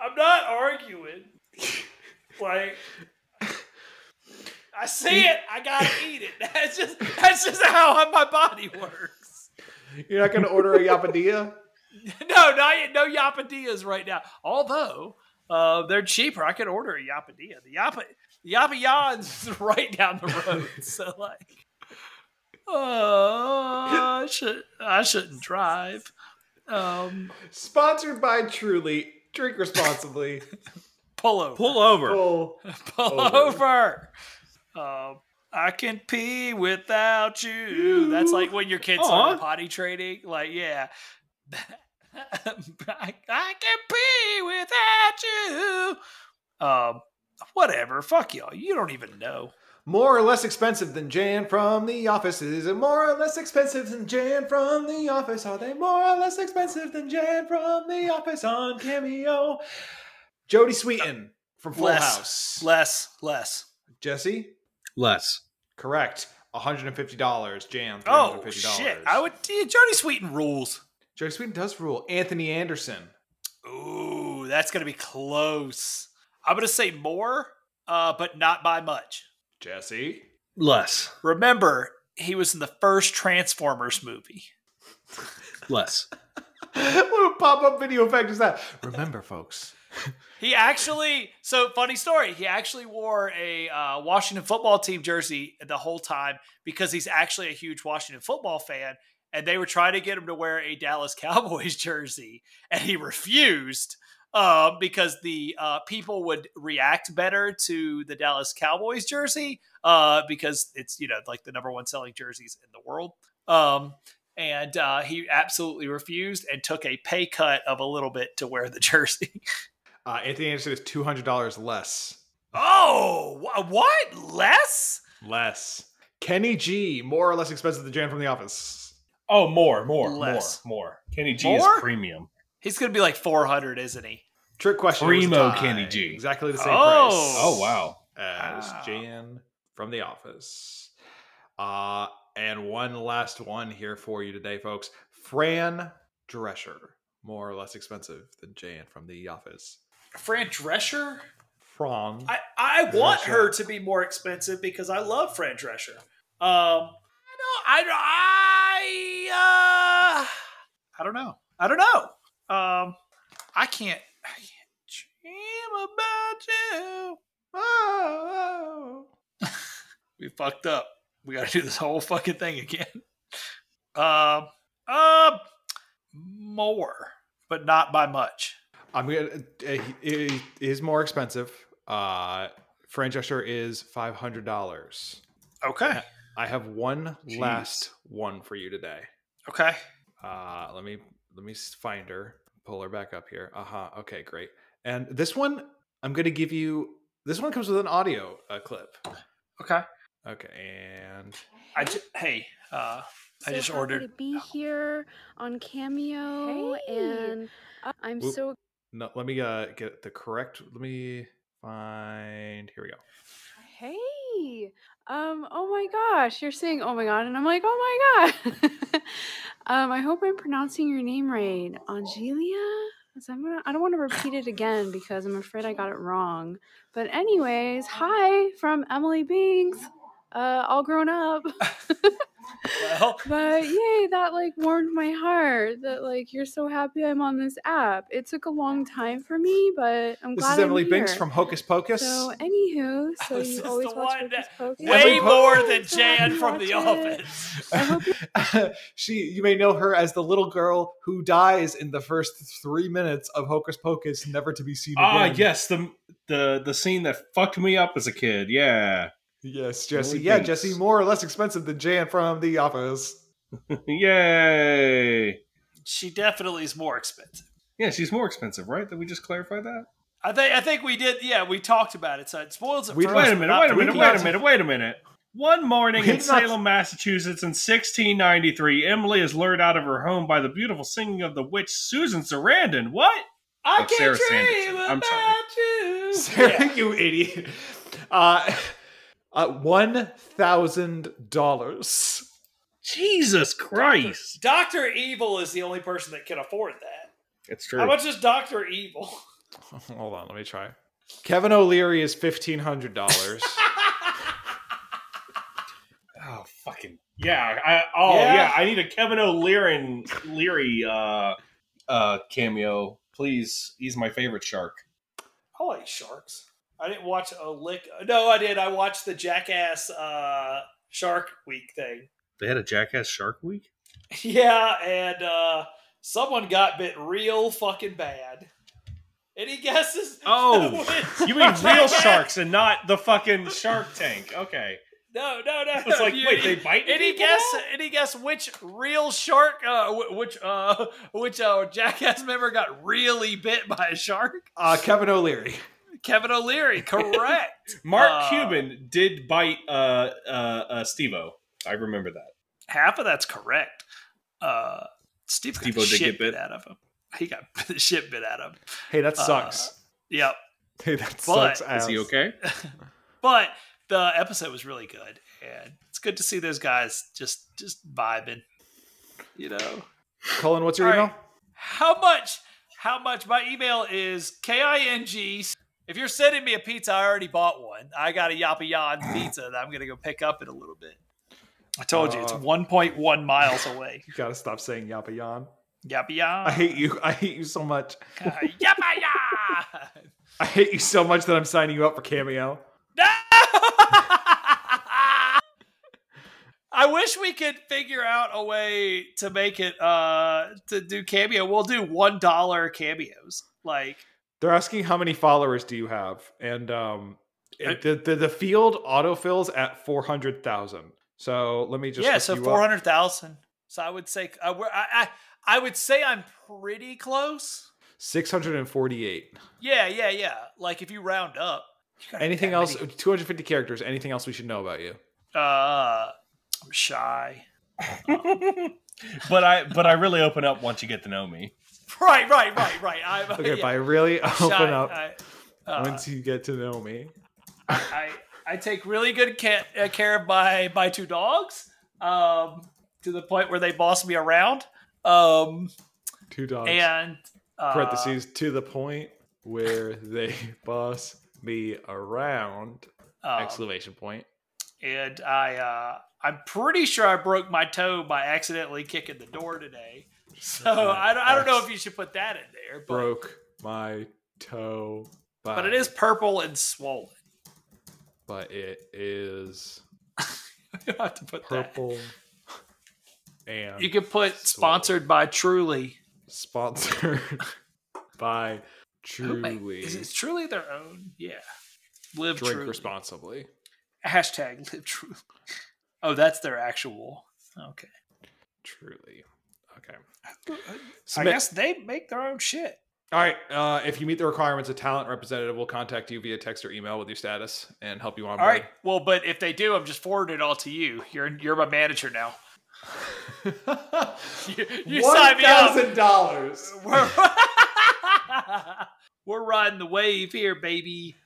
Speaker 2: I'm not arguing. Like I see it, I gotta eat it. That's just that's just how my body works.
Speaker 4: You're not gonna order a yapadilla.
Speaker 2: No, not yet, no yappadillas right now. Although uh, they're cheaper, I could order a yappadilla. The yappa the yappa Yans is right down the road. So like, uh, I should I shouldn't drive. Um,
Speaker 4: Sponsored by Truly. Drink responsibly.
Speaker 2: pull over.
Speaker 1: Pull over.
Speaker 4: Pull.
Speaker 2: pull
Speaker 4: Over.
Speaker 2: over. Um, I can pee without you. That's like when your kids
Speaker 1: Aw.
Speaker 2: start potty training. Like, yeah. I, I can pee without you. Um, whatever. Fuck y'all. You don't even know.
Speaker 4: More or less expensive than Jan from the office. Is it more or less expensive than Jan from the office? Are they more or less expensive than Jan from the office on Cameo? Jody Sweeten from Full
Speaker 2: Less.
Speaker 4: House.
Speaker 2: Less, less.
Speaker 4: Jesse?
Speaker 1: Less.
Speaker 4: Correct. $150. Jan, $350.
Speaker 2: Oh shit! I would. Yeah, Jody Sweeten rules.
Speaker 4: Jody Sweeten does rule. Anthony Anderson.
Speaker 2: Ooh, that's gonna be close. I'm gonna say more, uh, but not by much.
Speaker 4: Jesse?
Speaker 1: Less.
Speaker 2: Remember, he was in the first Transformers movie.
Speaker 1: Less.
Speaker 4: what pop up video effect is that? Remember, folks.
Speaker 2: He actually, so funny story. He actually wore a uh, Washington football team jersey the whole time because he's actually a huge Washington football fan, and they were trying to get him to wear a Dallas Cowboys jersey, and he refused uh, because the uh, people would react better to the Dallas Cowboys jersey uh, because it's you know like the number one selling jerseys in the world. Um, and uh, he absolutely refused and took a pay cut of a little bit to wear the jersey.
Speaker 4: Uh, Anthony Anderson is $200 less.
Speaker 2: Oh, wh- what? Less?
Speaker 4: Less. Kenny G, more or less expensive than Jan from the office.
Speaker 1: Oh, more, more,
Speaker 2: Less.
Speaker 1: more, more. Kenny G
Speaker 2: More?
Speaker 1: is premium.
Speaker 2: He's going to be like 400, isn't he?
Speaker 4: Trick question. it was a
Speaker 1: Primo
Speaker 4: tie.
Speaker 1: Kenny G.
Speaker 4: Exactly the same
Speaker 2: Oh.
Speaker 1: Oh wow.
Speaker 4: price as
Speaker 2: Wow.
Speaker 4: Jan from the office. Uh, and one last one here for you today, folks. Fran Drescher, more or less expensive than Jan from the office.
Speaker 2: Fran Drescher?
Speaker 4: Fran.
Speaker 2: I, I want
Speaker 4: Drescher.
Speaker 2: her to be more expensive because I love Fran Drescher. Um, I don't, I, I, uh, I don't know. I don't know. Um, I can't, I can't dream about you. Oh, oh. we fucked up. We got to do this whole fucking thing again. Um, uh, more, but not by much.
Speaker 4: I'm gonna. Uh, it it is more expensive. Uh, Fran Drescher is five hundred dollars.
Speaker 2: Okay.
Speaker 4: I have one
Speaker 1: Jeez.
Speaker 4: last one for you today.
Speaker 2: Okay.
Speaker 4: Uh, let me let me s- find her, pull her back up here. Uh huh. Okay, great. And this one, I'm gonna give you. This one comes with an audio uh, clip.
Speaker 2: Okay.
Speaker 4: Okay, and
Speaker 2: I j- hey, uh, I just ordered.
Speaker 10: be here on Cameo, and I'm
Speaker 4: Oop.
Speaker 10: so
Speaker 4: no, let me uh, get the correct. Let me find. Here we go.
Speaker 10: hey. Um, oh my gosh, you're saying oh my god, and I'm like, oh my god. um, I hope I'm pronouncing your name right.
Speaker 2: Oh.
Speaker 10: Angelia? Is I'm gonna, I don't want to repeat it again because I'm afraid I got it wrong. But anyways, hi from Emily Binks. Uh, all grown up.
Speaker 2: Well,
Speaker 10: But yay, that like warmed my heart that like you're so happy I'm on this app. It took a long time for me, but I'm
Speaker 4: This
Speaker 10: glad
Speaker 4: is Emily
Speaker 10: I'm
Speaker 4: Binks
Speaker 10: here.
Speaker 4: from Hocus Pocus.
Speaker 10: So anywho, so
Speaker 2: This
Speaker 10: you
Speaker 2: is
Speaker 10: always
Speaker 2: the
Speaker 10: watch
Speaker 2: one
Speaker 10: Hocus
Speaker 2: that-
Speaker 10: Pocus.
Speaker 2: way
Speaker 4: Emily-
Speaker 2: more than
Speaker 10: So happy
Speaker 2: Jan
Speaker 10: you
Speaker 2: from The
Speaker 10: watch it.
Speaker 2: Office.
Speaker 10: I hope
Speaker 4: she you may know her as the little girl who dies in the first three minutes of Hocus Pocus, never to be seen
Speaker 1: Ah,
Speaker 4: again.
Speaker 1: yes, the the the scene that fucked me up as a kid. Yeah,
Speaker 4: Yes, Jesse.
Speaker 1: Emily
Speaker 4: Yeah,
Speaker 1: Binks.
Speaker 4: Jesse, more or less expensive than Jan from The Office.
Speaker 1: yay.
Speaker 2: She definitely is more expensive.
Speaker 1: Yeah, she's more expensive, right? Did we just clarify that?
Speaker 2: I think. I think we did. Yeah, we talked about it, so it spoils it.
Speaker 4: We-
Speaker 2: for us,
Speaker 1: Wait a
Speaker 2: but
Speaker 1: minute,
Speaker 2: not
Speaker 1: wait a
Speaker 2: for
Speaker 1: minute,
Speaker 2: you.
Speaker 1: wait a minute, wait a minute. One morning
Speaker 4: We
Speaker 1: in
Speaker 4: did not-
Speaker 1: Salem, Massachusetts in 1693, Emily is lured out of her home by the beautiful singing of the witch Susan Sarandon. What?
Speaker 2: I
Speaker 1: Of
Speaker 2: can't
Speaker 1: Sarah
Speaker 2: dream
Speaker 1: Sanderson.
Speaker 2: about
Speaker 1: I'm sorry.
Speaker 2: you.
Speaker 4: Sarah,
Speaker 2: Yeah.
Speaker 4: you idiot. Uh, uh one thousand dollars.
Speaker 1: Jesus Christ.
Speaker 2: Doctor Evil is the only person that can afford that.
Speaker 1: It's true.
Speaker 2: How much is Doctor Evil?
Speaker 4: Hold on, let me try. Kevin O'Leary is fifteen hundred dollars.
Speaker 1: Oh fucking yeah! I, oh
Speaker 2: Yeah.
Speaker 1: yeah. I need a Kevin O'Leary Leary uh, uh, cameo, please. He's my favorite shark.
Speaker 2: I like sharks. I didn't watch a lick. No, I did. I watched the Jackass uh, Shark Week thing.
Speaker 1: They had a Jackass Shark Week.
Speaker 2: Yeah, and uh, someone got bit real fucking bad. Any guesses?
Speaker 1: Oh,
Speaker 2: Which-
Speaker 1: you mean real sharks and not the fucking Shark Tank? Okay,
Speaker 2: No, no, no.
Speaker 1: It's like,
Speaker 2: You-
Speaker 1: wait, they biting
Speaker 2: Any
Speaker 1: people
Speaker 2: guess? Any guess which real shark? Uh, wh- which uh, which uh, jackass member got really bit by a shark?
Speaker 4: Uh, Kevin O'Leary.
Speaker 2: Kevin O'Leary, correct.
Speaker 1: Mark
Speaker 2: Uh,
Speaker 1: Cuban did bite uh, uh, uh, Steve-O. I remember that.
Speaker 2: Half of that's correct. Uh, Steve got
Speaker 1: Steve-O did
Speaker 2: shit
Speaker 1: get bit.
Speaker 2: out of him. He got the shit bit out of him.
Speaker 4: Hey, that
Speaker 2: Uh,
Speaker 4: sucks.
Speaker 2: Yep.
Speaker 4: hey, that
Speaker 2: but-
Speaker 4: sucks.
Speaker 1: Is he
Speaker 4: ass.
Speaker 1: okay?
Speaker 2: But the episode was really good, and it's good to see those guys just just vibing. You know.
Speaker 4: Colin, what's your
Speaker 2: All
Speaker 4: email?
Speaker 2: right. How much? How much? My email is K I N G. If you're sending me a pizza, I already bought one. I got a Yappa Yan pizza that I'm going to go pick up in a little bit. I told you, it's
Speaker 4: Uh,
Speaker 2: 1.1 miles away.
Speaker 4: You gotta stop saying yappa
Speaker 2: Uh,
Speaker 4: yan.
Speaker 2: Yappa Yan.
Speaker 4: I hate you. I hate you so much.
Speaker 2: Yappa Yan.
Speaker 4: I hate you so much that I'm signing you up for cameo.
Speaker 2: No! I wish we could figure out a way to make it uh to do cameo. We'll do one dollar cameos. Like
Speaker 4: They're asking how many followers do you have, and um, it, the, the the field autofills at four hundred thousand. So let me just
Speaker 2: yeah,
Speaker 4: look
Speaker 2: so
Speaker 4: you
Speaker 2: four
Speaker 4: up.
Speaker 2: hundred thousand. So I would say I, we're- I I I would say I'm pretty close.
Speaker 4: 648.
Speaker 2: Yeah, yeah, yeah. Like if you round up, you gotta get
Speaker 4: Anything
Speaker 2: that
Speaker 4: else?
Speaker 2: many.
Speaker 4: 250 characters. Anything else we should know about you?
Speaker 2: Uh, I'm shy.
Speaker 1: But I but I really open up once you get to know me.
Speaker 2: Right, right, right, right. I'm
Speaker 4: Okay,
Speaker 2: yeah,
Speaker 4: by really
Speaker 2: I'm
Speaker 4: open
Speaker 2: shy.
Speaker 4: up
Speaker 2: I, uh,
Speaker 4: once you get to know me.
Speaker 2: I I take really good ca- uh, care of my my two dogs, um, to the point where they boss me around. Um,
Speaker 4: Two dogs.
Speaker 2: and uh,
Speaker 4: parentheses to the point where they boss me around.
Speaker 2: um,
Speaker 4: exclamation point.
Speaker 2: and I uh, I'm pretty sure I broke my toe by accidentally kicking the door today. So I don't, I don't know if you should put that in there, but
Speaker 4: Broke my toe. By,
Speaker 2: but it is purple and swollen.
Speaker 4: But it is
Speaker 2: you don't have to put
Speaker 4: purple.
Speaker 2: that.
Speaker 4: And
Speaker 2: You could put sponsored by Truly.
Speaker 4: sponsored by
Speaker 2: Who ma-
Speaker 4: Truly.
Speaker 2: Oh, Is it Truly their own? Yeah. Live
Speaker 4: Drink
Speaker 2: Truly.
Speaker 4: responsibly.
Speaker 2: Hashtag live Truly. Oh, that's their actual. Okay.
Speaker 4: Truly. Okay. uh,
Speaker 2: I
Speaker 4: Submit-
Speaker 2: guess they make their own shit.
Speaker 4: All right. Uh, if you meet the requirements, a talent representative will contact you via text or email with your status and help you on
Speaker 2: All right. Well, but if they do, I'm just forwarding it all to you. You're you're my manager now. You, you sign me up.
Speaker 4: dollars.
Speaker 2: We're, we're riding the wave here, baby.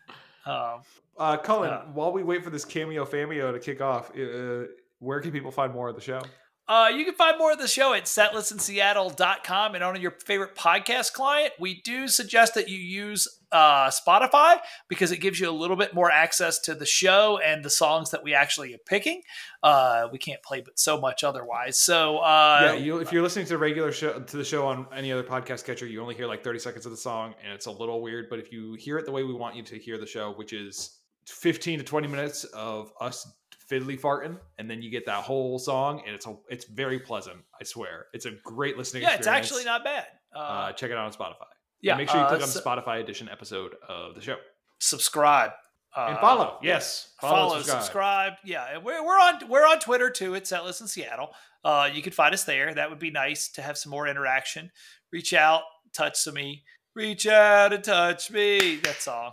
Speaker 2: Um,
Speaker 4: Uh, Cullen,
Speaker 2: Uh,
Speaker 4: while we wait for this cameo famio to kick off, uh, where can people find more of the show?
Speaker 2: Uh, you can find more of the show at setlistinseattle.com and on your favorite podcast client. We do suggest that you use uh, Spotify because it gives you a little bit more access to the show and the songs that we actually are picking. Uh, we can't play but so much otherwise. So,
Speaker 4: yeah,
Speaker 2: uh,
Speaker 4: you, if you're listening to the regular show to the show on any other podcast catcher, you only hear like 30 seconds of the song, and it's a little weird. But if you hear it the way we want you to hear the show, which is 15 to 20 minutes of us fiddly farting, and then you get that whole song, and it's a, it's very pleasant. I swear, it's a great listening.
Speaker 2: yeah, it's
Speaker 4: experience.
Speaker 2: actually not bad. Uh,
Speaker 4: Uh, check it out on Spotify.
Speaker 2: yeah,
Speaker 4: And make sure you
Speaker 2: uh,
Speaker 4: click on
Speaker 2: su-
Speaker 4: the Spotify edition episode of the show
Speaker 2: subscribe uh,
Speaker 4: and follow. Yes,
Speaker 2: follow, subscribe. yeah and we're, we're on we're on twitter too at setlist in seattle uh, you can find us there that would be nice to have some more interaction reach out touch some me reach out and touch me that song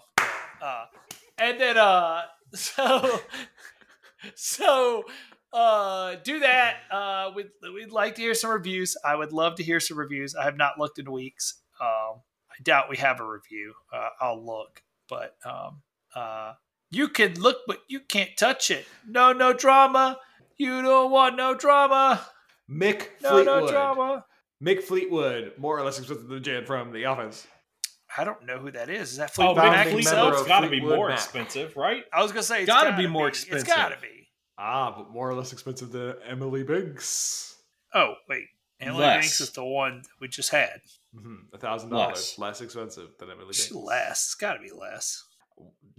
Speaker 2: uh, and then uh so so uh do that uh we'd, we'd like to hear some reviews i would love to hear some reviews i have not looked in weeks um i doubt we have a review uh, i'll look but um uh you can look, but you can't touch it. No, no drama. You don't want no drama.
Speaker 4: Mick
Speaker 2: No,
Speaker 4: Fleetwood.
Speaker 2: no drama.
Speaker 4: Mick Fleetwood, more or less explicit than Jan from The Office.
Speaker 2: I don't know who that is. Is that
Speaker 1: Oh,
Speaker 2: Fleetwood
Speaker 4: Founding
Speaker 1: Mick
Speaker 2: Mac
Speaker 4: member
Speaker 1: Fleetwood's
Speaker 2: himself?
Speaker 4: of
Speaker 1: got to be
Speaker 4: Fleetwood
Speaker 1: more
Speaker 4: Mac.
Speaker 1: expensive, right?
Speaker 2: I was gonna say, it's
Speaker 1: Gotta
Speaker 2: gotta,
Speaker 1: be more
Speaker 2: It's gotta
Speaker 1: expensive.
Speaker 2: be.
Speaker 4: Ah, but more or less expensive than Emily Binks.
Speaker 2: Oh wait, Emily
Speaker 1: Less.
Speaker 2: Banks is the one we just had.
Speaker 4: Mm-hmm, A thousand dollars
Speaker 1: Less.
Speaker 4: less expensive than Emily Binks.
Speaker 2: It's less. It's gotta be less.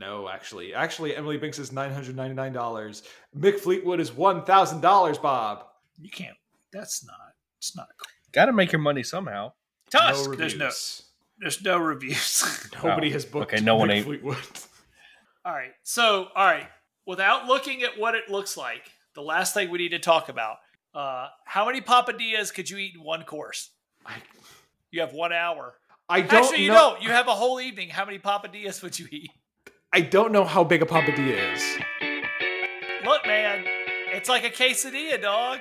Speaker 4: No, actually, actually, Emily Binks is nine hundred ninety nine dollars. Mick Fleetwood is one thousand dollars. Bob,
Speaker 2: You can't. That's not. It's not cool.
Speaker 1: Got to make your money somehow.
Speaker 2: Tusk.
Speaker 4: no
Speaker 2: there's no.
Speaker 4: reviews.
Speaker 2: There's no reviews.
Speaker 4: Nobody
Speaker 1: Oh,
Speaker 4: has booked.
Speaker 1: okay, no one
Speaker 4: Mick
Speaker 1: ate.
Speaker 4: Fleetwood.
Speaker 2: all right. So all right. without looking at what it looks like, the last thing we need to talk about. Uh, how many papadillas could you eat in one course? you have one hour.
Speaker 4: I don't
Speaker 2: Actually, you
Speaker 4: know-
Speaker 2: don't. You have a whole evening. How many papadillas would you eat?
Speaker 4: I don't know how big a papadilla is.
Speaker 2: Look, man, it's like a quesadilla, dog.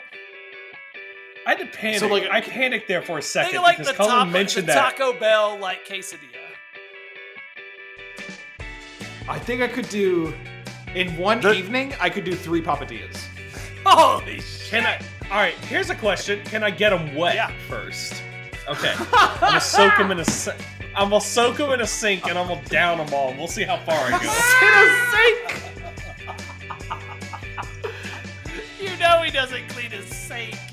Speaker 1: I had to panic.
Speaker 2: So, like,
Speaker 1: I panicked there for a second
Speaker 2: Think of like
Speaker 1: because
Speaker 2: the,
Speaker 1: Colin
Speaker 2: top, the
Speaker 1: mentioned that.
Speaker 2: Taco Bell like quesadilla.
Speaker 4: I think I could do in one evening. I could do three papadillas.
Speaker 2: Holy shit!
Speaker 1: Can I? All right. Here's a question. Can I get them wet first? Okay. I'm gonna soak them in a. si- I'm gonna soak them in a sink and I'm gonna down them all. We'll see how far I go.
Speaker 2: You know he doesn't clean his sink.